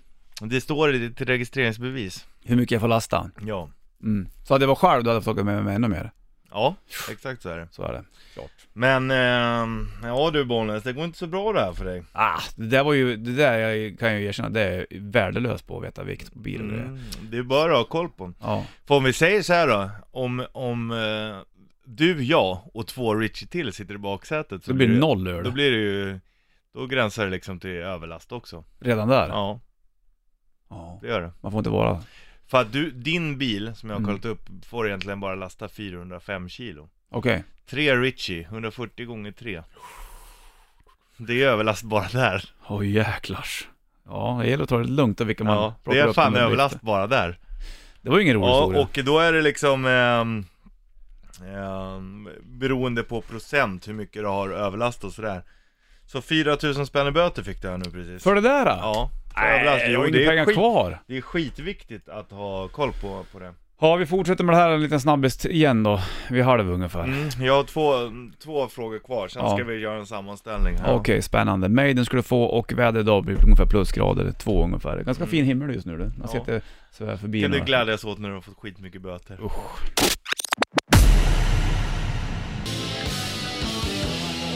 Speaker 2: det står i ditt registreringsbevis.
Speaker 1: Hur mycket jag får lasta?
Speaker 2: Ja.
Speaker 1: Mm. Så hade jag varit själv då hade jag fått åka med mig ännu mer.
Speaker 2: Ja, exakt så är det.
Speaker 1: Så är det. Klart.
Speaker 2: Men, ehm, ja du Bollnäs, det går inte så bra det här för dig.
Speaker 1: Ah, det där var ju, det där jag kan jag ju erkänna, det är jag värdelös på att veta vikt på bil och grejer.
Speaker 2: Mm, det är bara att ha koll på.
Speaker 1: Ja.
Speaker 2: För om vi säger så här då, om, om eh, du, jag och två Richie till sitter i baksätet
Speaker 1: Så det blir noll
Speaker 2: Då
Speaker 1: öl
Speaker 2: blir det ju, då gränsar det liksom till överlast också.
Speaker 1: redan där. Ja.
Speaker 2: Ja, det gör det.
Speaker 1: Man får inte vara...
Speaker 2: För att du, din bil som jag har
Speaker 1: Mm.
Speaker 2: kollat upp får egentligen bara lasta 405 kilo.
Speaker 1: Okej.
Speaker 2: Tre Ritchie, 140 gånger 3. Det är överlast bara där.
Speaker 1: Åh jäklars. Ja, det gäller att ta det lugnt och vilka man
Speaker 2: Ja, det
Speaker 1: plockar
Speaker 2: är
Speaker 1: upp
Speaker 2: fan
Speaker 1: med
Speaker 2: överlast
Speaker 1: vikter.
Speaker 2: bara där.
Speaker 1: Det var ju ingen rolig
Speaker 2: Ja,
Speaker 1: historia.
Speaker 2: och då är det liksom ehm, ehm, beroende på procent hur mycket du har överlast och sådär. Så 4000 spänn i böter fick du här nu precis.
Speaker 1: För det där då?
Speaker 2: Ja, för överlast.
Speaker 1: Nej, jag
Speaker 2: Jo,
Speaker 1: har inga pengar
Speaker 2: skit-
Speaker 1: kvar.
Speaker 2: Det är skitviktigt att ha koll på, på det.
Speaker 1: Ja, vi fortsätter med det här en liten snabbis igen då. Vi har det ungefär.
Speaker 2: Mm, jag har två, två frågor kvar, sen
Speaker 1: Ja.
Speaker 2: ska vi göra en sammanställning här.
Speaker 1: Okej, spännande. Maiden skulle få och vädret idag blir ungefär plusgrader, två ungefär. Ganska
Speaker 2: Mm.
Speaker 1: fin himmel just nu du. Man
Speaker 2: Ja.
Speaker 1: ser att det svävar förbi.
Speaker 2: kan du
Speaker 1: några.
Speaker 2: glädjas åt när du har fått skitmycket böter.
Speaker 1: Usch.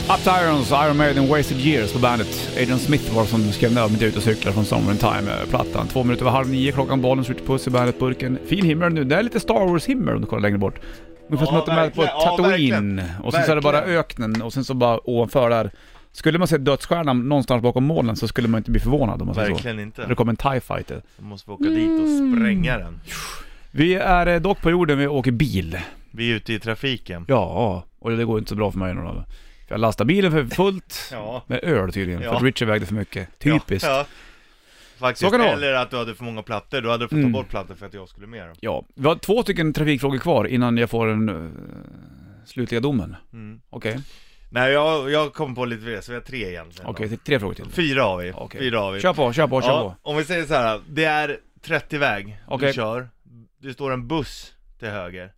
Speaker 1: Up to Irons, Iron Maiden, Wasted Years på bandet. Adrian Smith var det som skrev ner mitt ute och cyklar från Summer in Time-plattan. Två minuter över halv nio, klockan bollen, skjuter puss i bandet-burken. Fin himmel nu. Det är lite Star Wars-himmel om du kollar längre bort. Ungefär
Speaker 2: Ja,
Speaker 1: som att de är på
Speaker 2: verkligen. Ja,
Speaker 1: Tatooine. och sen så är det bara
Speaker 2: Verkligen.
Speaker 1: öknen och sen så bara ovanför där. Skulle man se dödsstjärnan någonstans bakom molnen så skulle man inte bli förvånad om man säger så.
Speaker 2: Verkligen
Speaker 1: Det
Speaker 2: inte.
Speaker 1: kommer en TIE fighter.
Speaker 2: Då måste vi åka dit och spränga den.
Speaker 1: Vi är eh, dock på jorden, vi åker bil.
Speaker 2: Vi är ute i trafiken.
Speaker 1: Ja, och det går inte så bra för mig nu då. För Jag lastade bilen för fullt
Speaker 2: Ja.
Speaker 1: med öl tydligen, för
Speaker 2: Ja.
Speaker 1: att Richard vägde för mycket. Typiskt. Ja,
Speaker 2: Ja, ja. Faktiskt.
Speaker 1: Så kan det vara.
Speaker 2: Eller att du hade för många plattor. Du hade fått
Speaker 1: Mm.
Speaker 2: ta bort plattor för att jag skulle med dem.
Speaker 1: vi har två stycken trafikfrågor kvar innan jag får den eh, slutliga domen.
Speaker 2: Mm.
Speaker 1: Okej,
Speaker 2: Nej, jag, jag kom på lite för det, så vi har tre egentligen. då.
Speaker 1: okej, det är tre frågor till.
Speaker 2: Fyra har vi.
Speaker 1: Okej.
Speaker 2: Fyra har vi.
Speaker 1: Kör på, kör på, kör på.
Speaker 2: ja, om vi säger så här, det är 30-väg
Speaker 1: Okej.
Speaker 2: du kör. Det står en buss till höger.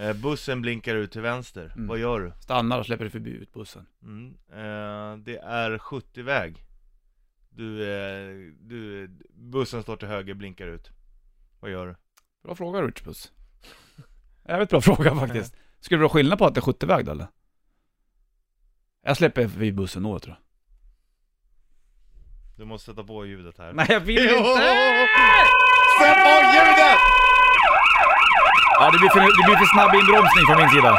Speaker 2: Eh, bussen blinkar ut till vänster.
Speaker 1: Mm.
Speaker 2: Vad gör du?
Speaker 1: Stannar och släpper du förbi ut bussen.
Speaker 2: Mm. Eh, det är 70-väg. Du, eh, du, bussen står till höger, blinkar ut. Vad gör du?
Speaker 1: Bra fråga Rich Puss. Jävligt bra fråga faktiskt. Skulle det vara skillnad på att det är 70-väg då eller? Jag släpper förbi bussen då tror jag.
Speaker 2: Du måste sätta på ljudet här.
Speaker 1: Nej jag vill
Speaker 2: Jo!
Speaker 1: inte!
Speaker 2: Sätt på ljudet!
Speaker 1: Ja det blir för, det blir för snabb inbromsning från min sida.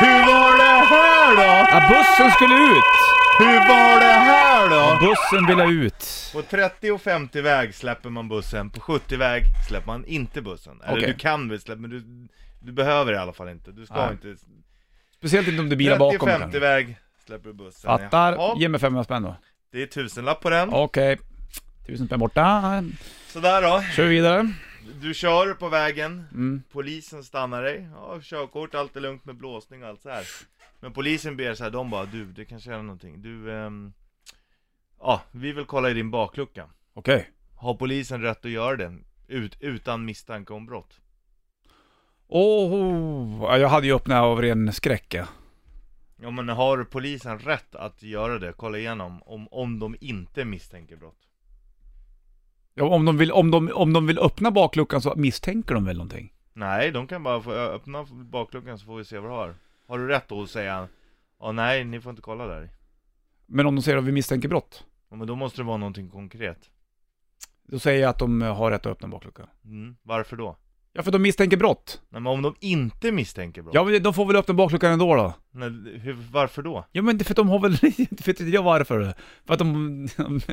Speaker 2: Hur var det här då?
Speaker 1: Ja bussen skulle ut!
Speaker 2: Hur var det här
Speaker 1: Ja,
Speaker 2: då?
Speaker 1: bussen ville ut.
Speaker 2: På 30 och 50 väg släpper man bussen, på 70 väg släpper man inte bussen. Eller
Speaker 1: Okej.
Speaker 2: du kan väl släppa, men du, du behöver i alla fall inte. Du ska
Speaker 1: Nej.
Speaker 2: inte.
Speaker 1: Speciellt inte om det är bilar
Speaker 2: 30
Speaker 1: bakom.
Speaker 2: och 50
Speaker 1: kanske.
Speaker 2: väg släpper du bussen.
Speaker 1: Fattar.
Speaker 2: Ja,
Speaker 1: Ge mig 500 spänn då.
Speaker 2: det är tusenlapp på den.
Speaker 1: Okej. Tusen spänn borta.
Speaker 2: Sådär då.
Speaker 1: Kör vi vidare.
Speaker 2: Du kör på vägen,
Speaker 1: Mm.
Speaker 2: polisen stannar dig, ja, körkort, allt är lugnt med blåsning och allt så här. Men polisen ber så här, de bara du, det kanske är någonting, du, ehm, ja, vi vill kolla i din baklucka.
Speaker 1: Okej.
Speaker 2: Har polisen rätt att göra det? Ut, utan misstanke om brott?
Speaker 1: Åh, oh, ja, jag hade ju öppnat av ren skräck ja.
Speaker 2: Ja men har polisen rätt att göra det? Kolla igenom, om, om de inte misstänker brott.
Speaker 1: Ja, om, de vill, om, de, om de vill öppna bakluckan så misstänker de väl någonting?
Speaker 2: Nej, de kan bara få ö- öppna bakluckan så får vi se vad du har. Har du rätt då att säga, ja nej, ni får inte kolla där.
Speaker 1: Men om de säger att vi misstänker brott,
Speaker 2: Ja, men då måste det vara någonting konkret.
Speaker 1: då säger jag att de eh, har rätt att öppna bakluckan.
Speaker 2: Mm. Varför då?
Speaker 1: Ja, för de misstänker brott.
Speaker 2: Nej men om de inte misstänker brott?
Speaker 1: Ja, men de får väl öppna bakluckan ändå då?
Speaker 2: Nej, hur, varför då?
Speaker 1: Ja, men det är för att de har väl... inte vet inte jag varför. För att de,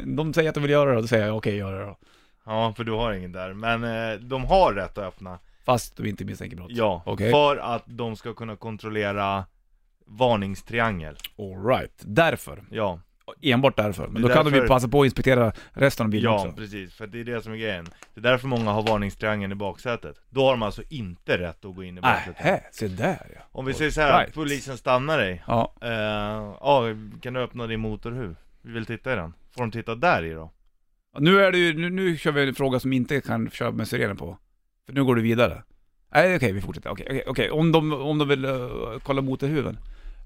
Speaker 1: de säger att de vill göra det, då säger jag okej, gör det då.
Speaker 2: Ja, för du har ingen där. Men eh, de har rätt att öppna.
Speaker 1: Fast de inte misstänker brott.
Speaker 2: Ja,
Speaker 1: Okej.
Speaker 2: för att de ska kunna kontrollera varningstriangel.
Speaker 1: All right. Därför.
Speaker 2: Ja,
Speaker 1: Enbart därför. Men då
Speaker 2: Det är
Speaker 1: kan de ju
Speaker 2: därför-
Speaker 1: passa på att inspektera resten av bilen
Speaker 2: ja
Speaker 1: också.
Speaker 2: precis. För det är det som är grejen. Det är därför många har varningstriangeln i baksätet. Då har de alltså inte rätt att gå in i baksätet.
Speaker 1: Nähä, se där ja.
Speaker 2: Om vi säger så här,
Speaker 1: Äh, Right.
Speaker 2: polisen stannar dig.
Speaker 1: Ja,
Speaker 2: Eh, Ja, kan du öppna din motorhuv? Vi vill titta i den. Får de titta där i då?
Speaker 1: nu är det ju, nu, nu kör vi en fråga som inte kan köra med sirenen på. För nu går du vidare. Nej okej, vi fortsätter. Okej, okej, okej. Om, de, om de vill eh, kolla motorhuven.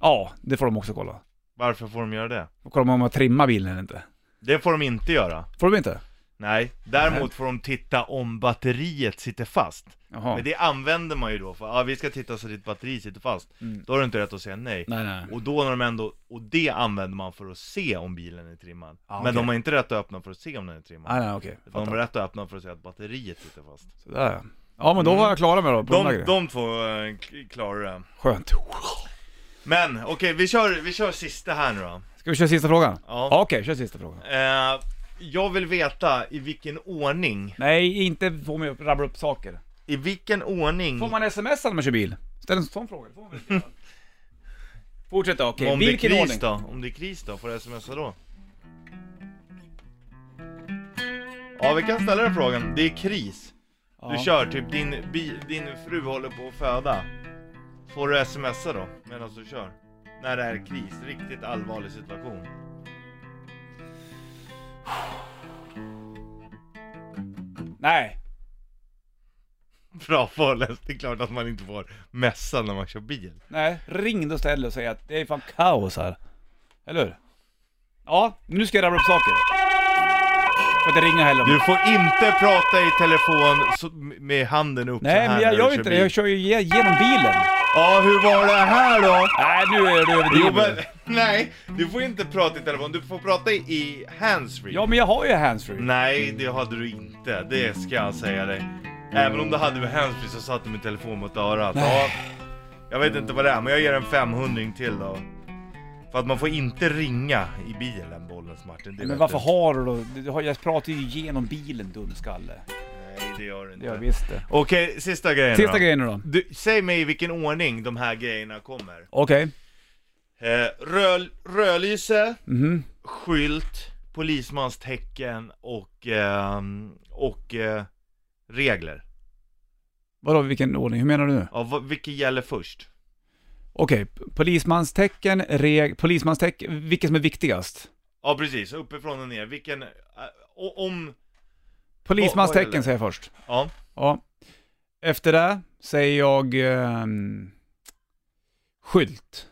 Speaker 1: Ja, det får de också kolla.
Speaker 2: Varför får de göra det?
Speaker 1: Och kolla om man har trimmat bilen eller inte.
Speaker 2: Det får de inte göra.
Speaker 1: Får de inte?
Speaker 2: Nej,
Speaker 1: Nej.
Speaker 2: däremot får de titta om batteriet sitter fast.
Speaker 1: Jaha.
Speaker 2: Men det använder man ju då, för ja, vi ska titta så ditt batteri sitter fast.
Speaker 1: Mm.
Speaker 2: Då har du inte rätt att säga nej.
Speaker 1: Nej, nej.
Speaker 2: Och då när de ändå, och det använder man för att se om bilen är trimmad.
Speaker 1: Ja,
Speaker 2: Men
Speaker 1: okej.
Speaker 2: de har inte rätt att öppna för att se om den är trimmad.
Speaker 1: Nej, nej, okej.
Speaker 2: de har
Speaker 1: Fattar.
Speaker 2: rätt att öppna för att se att batteriet sitter fast.
Speaker 1: Sådär ja. Ja, men då var jag klara med då, på de, där
Speaker 2: Mm.
Speaker 1: grejerna.
Speaker 2: De, de två eh, k- klarar det.
Speaker 1: Skönt.
Speaker 2: Men okej, vi, kör, vi kör sista här nu då.
Speaker 1: Ska vi köra sista frågan?
Speaker 2: Ja.
Speaker 1: Ja, Okej, kör sista frågan.
Speaker 2: Eh, jag vill veta i vilken ordning,
Speaker 1: Nej, inte få mig att rabbla upp saker.
Speaker 2: i vilken ordning
Speaker 1: Får man smsa när man kör bil? Ställ en sån fråga, det får man väl inte göra. Fortsätt då, okej.
Speaker 2: om
Speaker 1: Vilken
Speaker 2: det är
Speaker 1: ordning?
Speaker 2: kris då? Om det är kris då, får du smsa då? Ja, vi kan ställa den frågan. Det är kris. Du
Speaker 1: Ja.
Speaker 2: kör, typ din, bi, din fru håller på att föda. Får du smsa då, medan du kör? När det är kris, riktigt allvarlig situation.
Speaker 1: Nej.
Speaker 2: Bra föreläst, det är klart att man inte får messa när man kör bil.
Speaker 1: Nej, ring då istället och säg att det är fan kaos här. Eller hur? Ja, nu ska jag rabbla upp saker. Får inte ringa heller.
Speaker 2: Du får inte prata i telefon så, med handen upp så
Speaker 1: Nej,
Speaker 2: här
Speaker 1: men jag
Speaker 2: när
Speaker 1: gör
Speaker 2: du
Speaker 1: ju inte det.
Speaker 2: bil.
Speaker 1: Jag kör ju ge- genom bilen.
Speaker 2: Ja, hur var det här då?
Speaker 1: Nej, nu är du
Speaker 2: Jo
Speaker 1: överdriven.
Speaker 2: men, nej, du får inte prata i telefon, du får prata i- i handsfree.
Speaker 1: Ja, men jag har ju handsfree.
Speaker 2: Nej, det hade du inte, det ska jag säga dig. Även om du hade med handsfree så satt du med telefon mot örat. Ja, jag vet inte vad det är, men jag ger en 500 till då. För att man får inte ringa i bilen, Bollnäs Martin. Det
Speaker 1: Men
Speaker 2: vet
Speaker 1: varför
Speaker 2: du.
Speaker 1: har du då? Du har- Jag pratar ju genom bilen, dumskalle.
Speaker 2: Nej, det gör du
Speaker 1: Det
Speaker 2: inte.
Speaker 1: gör jag visst det.
Speaker 2: Okej, sista grejen
Speaker 1: Sista
Speaker 2: då.
Speaker 1: grejen nu då.
Speaker 2: Du, säg mig i vilken ordning de här grejerna kommer.
Speaker 1: Okej.
Speaker 2: Eh, röd, rödlyse,
Speaker 1: Mhm.
Speaker 2: skylt, polismanstecken och, ehm, och eh, regler.
Speaker 1: Vadå vilken ordning? Hur menar du nu?
Speaker 2: Ja, vad, vilket gäller först?
Speaker 1: Okej, polismanstecken, reg... Polismanstecken, vilket som är viktigast?
Speaker 2: Ja, precis. Uppifrån och ner. Vilken... eh, o- om... Vad- vad
Speaker 1: Polismanstecken
Speaker 2: gäller?
Speaker 1: säger jag först.
Speaker 2: Ja.
Speaker 1: Ja. Efter det säger jag... ehm, skylt.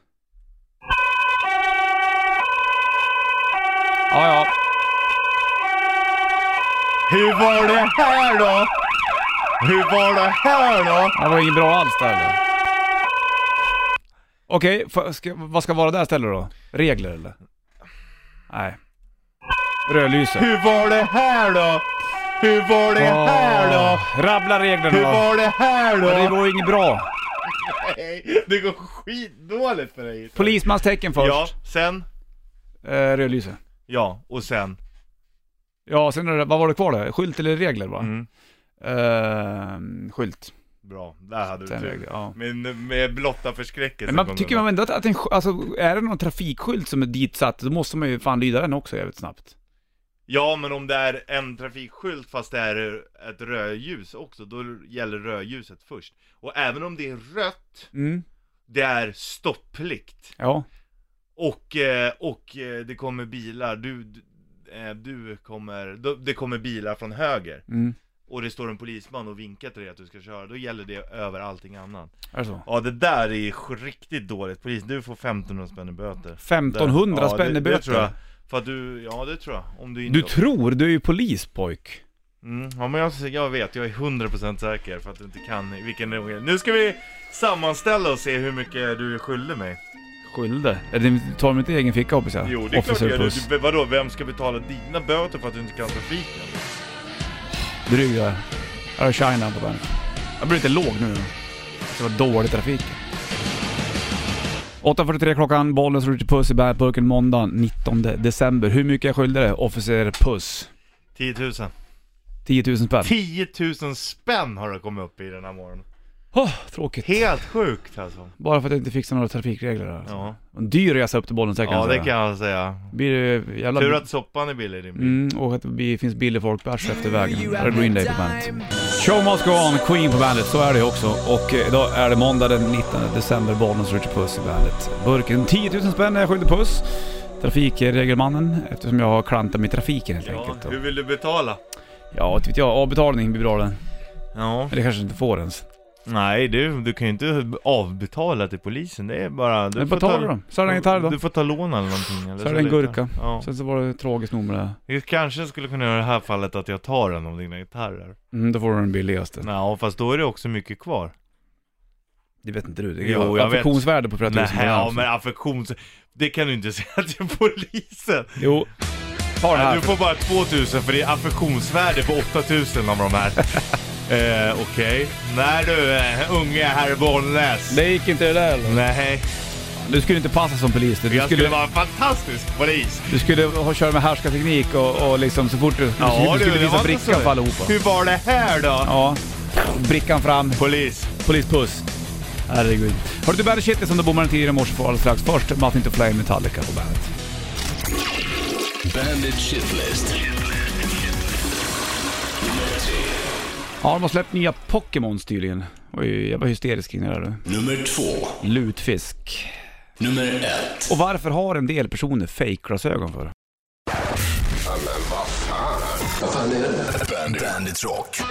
Speaker 1: Ja, ja.
Speaker 2: Hur var det här då? Hur var det här då?
Speaker 1: Det var inget bra alls där eller? Okej, fa- ska- vad ska vara där istället då? Regler eller? Nej. Rödlyse.
Speaker 2: Hur var det här då? Hur var det här då?
Speaker 1: Åh, Rabbla reglerna
Speaker 2: Hur
Speaker 1: då.
Speaker 2: var det här då?
Speaker 1: Det går ju inget bra.
Speaker 2: Nej, det går skitdåligt för dig.
Speaker 1: Polismanstecken först.
Speaker 2: Ja, sen.
Speaker 1: Eh, rödlyse.
Speaker 2: Ja, och sen.
Speaker 1: Ja, sen är det, vad var det kvar där? Skylt eller regler va?
Speaker 2: Mm.
Speaker 1: Eh, skylt.
Speaker 2: Bra, där hade du
Speaker 1: Sen
Speaker 2: tur.
Speaker 1: regler, ja.
Speaker 2: Men med blotta förskräckelsen
Speaker 1: Men man tycker man ändå att, att en, sk- alltså, är det någon trafikskylt som är ditsatt, då måste man ju fan lyda den också jävligt snabbt.
Speaker 2: Ja, men om det är en trafikskylt fast det är ett rödljus också, då gäller rödljuset först. Och även om det är rött,
Speaker 1: Mm.
Speaker 2: det är stopplikt.
Speaker 1: Ja.
Speaker 2: Och, eh, och eh, det kommer bilar, du, du, eh, du kommer, då- det kommer bilar från höger.
Speaker 1: Mm.
Speaker 2: Och det står en polisman och vinkar till dig att du ska köra, då gäller det över allting annat.
Speaker 1: Är det så?
Speaker 2: Ja det där är ju riktigt dåligt polis, du får 1500 spänn i böter.
Speaker 1: 1500
Speaker 2: Där.
Speaker 1: spänn i
Speaker 2: det,
Speaker 1: böter.
Speaker 2: Det tror jag. För att du, ja det tror jag. Om du inte...
Speaker 1: Du tror? Du är ju polis pojk.
Speaker 2: mm, ja men jag, jag vet, jag är 100% säker för att du inte kan i vilken regel. Nu ska vi sammanställa och se hur mycket du är skyldig mig.
Speaker 1: Skylde. Eller tar de inte i egen ficka hoppas jag?
Speaker 2: Jo det är klart
Speaker 1: Officer
Speaker 2: du gör. Du,
Speaker 1: Puss.
Speaker 2: du, vadå, vem ska betala dina böter för att du inte kan trafiken?
Speaker 1: Dryg där. Här har Shine på bandet. Jag blir lite låg nu. Det var dålig trafik. 8.43 klockan, bollen slår ut i puss i bärburken måndag 19 december. Hur mycket jag skyldig dig? Officer Puss.
Speaker 2: 10 000.
Speaker 1: 10 000 spänn.
Speaker 2: 10 000 spänn har det kommit upp i den här morgonen.
Speaker 1: Åh, tråkigt.
Speaker 2: Helt sjukt alltså.
Speaker 1: Bara för att jag inte fixar några trafikregler här.
Speaker 2: Ja,
Speaker 1: En dyr resa upp till bollen kan
Speaker 2: ja
Speaker 1: jag
Speaker 2: det
Speaker 1: säga.
Speaker 2: kan jag säga.
Speaker 1: Blir det jävla...
Speaker 2: Tur att soppan är billig i din bil.
Speaker 1: Mm, och att det blir- finns billig folkbärs efter vägen. Här är Green Day på bandet. Show must go on, Queen på bandet, så är det ju också. Och eh, idag är det måndag den 19 december, Bollnäs Richard Puss i bandet. Burken 10 000 spänn när jag skyllde Puss. Trafikregelmannen, eftersom jag har klantat mig i trafiken helt
Speaker 2: Ja,
Speaker 1: enkelt. Och,
Speaker 2: hur vill du betala?
Speaker 1: ja, inte vet jag. Avbetalning blir bra den.
Speaker 2: Ja.
Speaker 1: Men det kanske inte får ens.
Speaker 2: Nej, du, du kan ju inte avbetala till polisen. Det är bara... Du
Speaker 1: Men betalar
Speaker 2: ta,
Speaker 1: dem. Så är det en gitarr då.
Speaker 2: Du får ta lån eller någonting. Eller
Speaker 1: Så är det en
Speaker 2: lite.
Speaker 1: gurka.
Speaker 2: Ja.
Speaker 1: Sen så var det tragiskt nog med det.
Speaker 2: Jag kanske skulle kunna göra det här fallet att jag tar en av dina gitarrer.
Speaker 1: Mm, då får du den billigaste.
Speaker 2: Ja, fast då är det också mycket kvar.
Speaker 1: Det vet inte du. Det är
Speaker 2: Jo, jag vet.
Speaker 1: affektionsvärde på flera tusen.
Speaker 2: Nej,
Speaker 1: redan,
Speaker 2: ja
Speaker 1: alltså.
Speaker 2: men affektions... Det kan du inte säga till polisen.
Speaker 1: Jo. Ta den
Speaker 2: Nej,
Speaker 1: här.
Speaker 2: du får bara 2000 för det är affektionsvärde på 8000 av de här. eh, Okej. Nej du, eh, unge herr Bollnäs.
Speaker 1: Det gick inte det där eller?
Speaker 2: Nej.
Speaker 1: Du skulle inte passa som polis. Du, du,
Speaker 2: Jag skulle
Speaker 1: skulle,
Speaker 2: vara en fantastisk polis.
Speaker 1: du skulle ha kört med härskarteknik och, och liksom så fort du, du, skulle- du
Speaker 2: det
Speaker 1: skulle visa
Speaker 2: var inte
Speaker 1: brickan
Speaker 2: så.
Speaker 1: för allihopa.
Speaker 2: Hur var det här då?
Speaker 1: Ja. Brickan fram,
Speaker 2: Polis.
Speaker 1: polispuss. Herregud. Hörru du, Bandet Kitty som du bommade tidigare i morse får alldeles strax. Först Martin to Flame Metallica på bandet.
Speaker 3: Bandit Shitlist.
Speaker 1: Ja, de har släppt nya Pokémons tydligen. Oj, jag var hysterisk kring det där du.
Speaker 3: Nummer två.
Speaker 1: Lutfisk.
Speaker 3: Nummer ett.
Speaker 1: Och varför har en del personer fake-glasögon för?
Speaker 3: Bandit. Bandit Rock.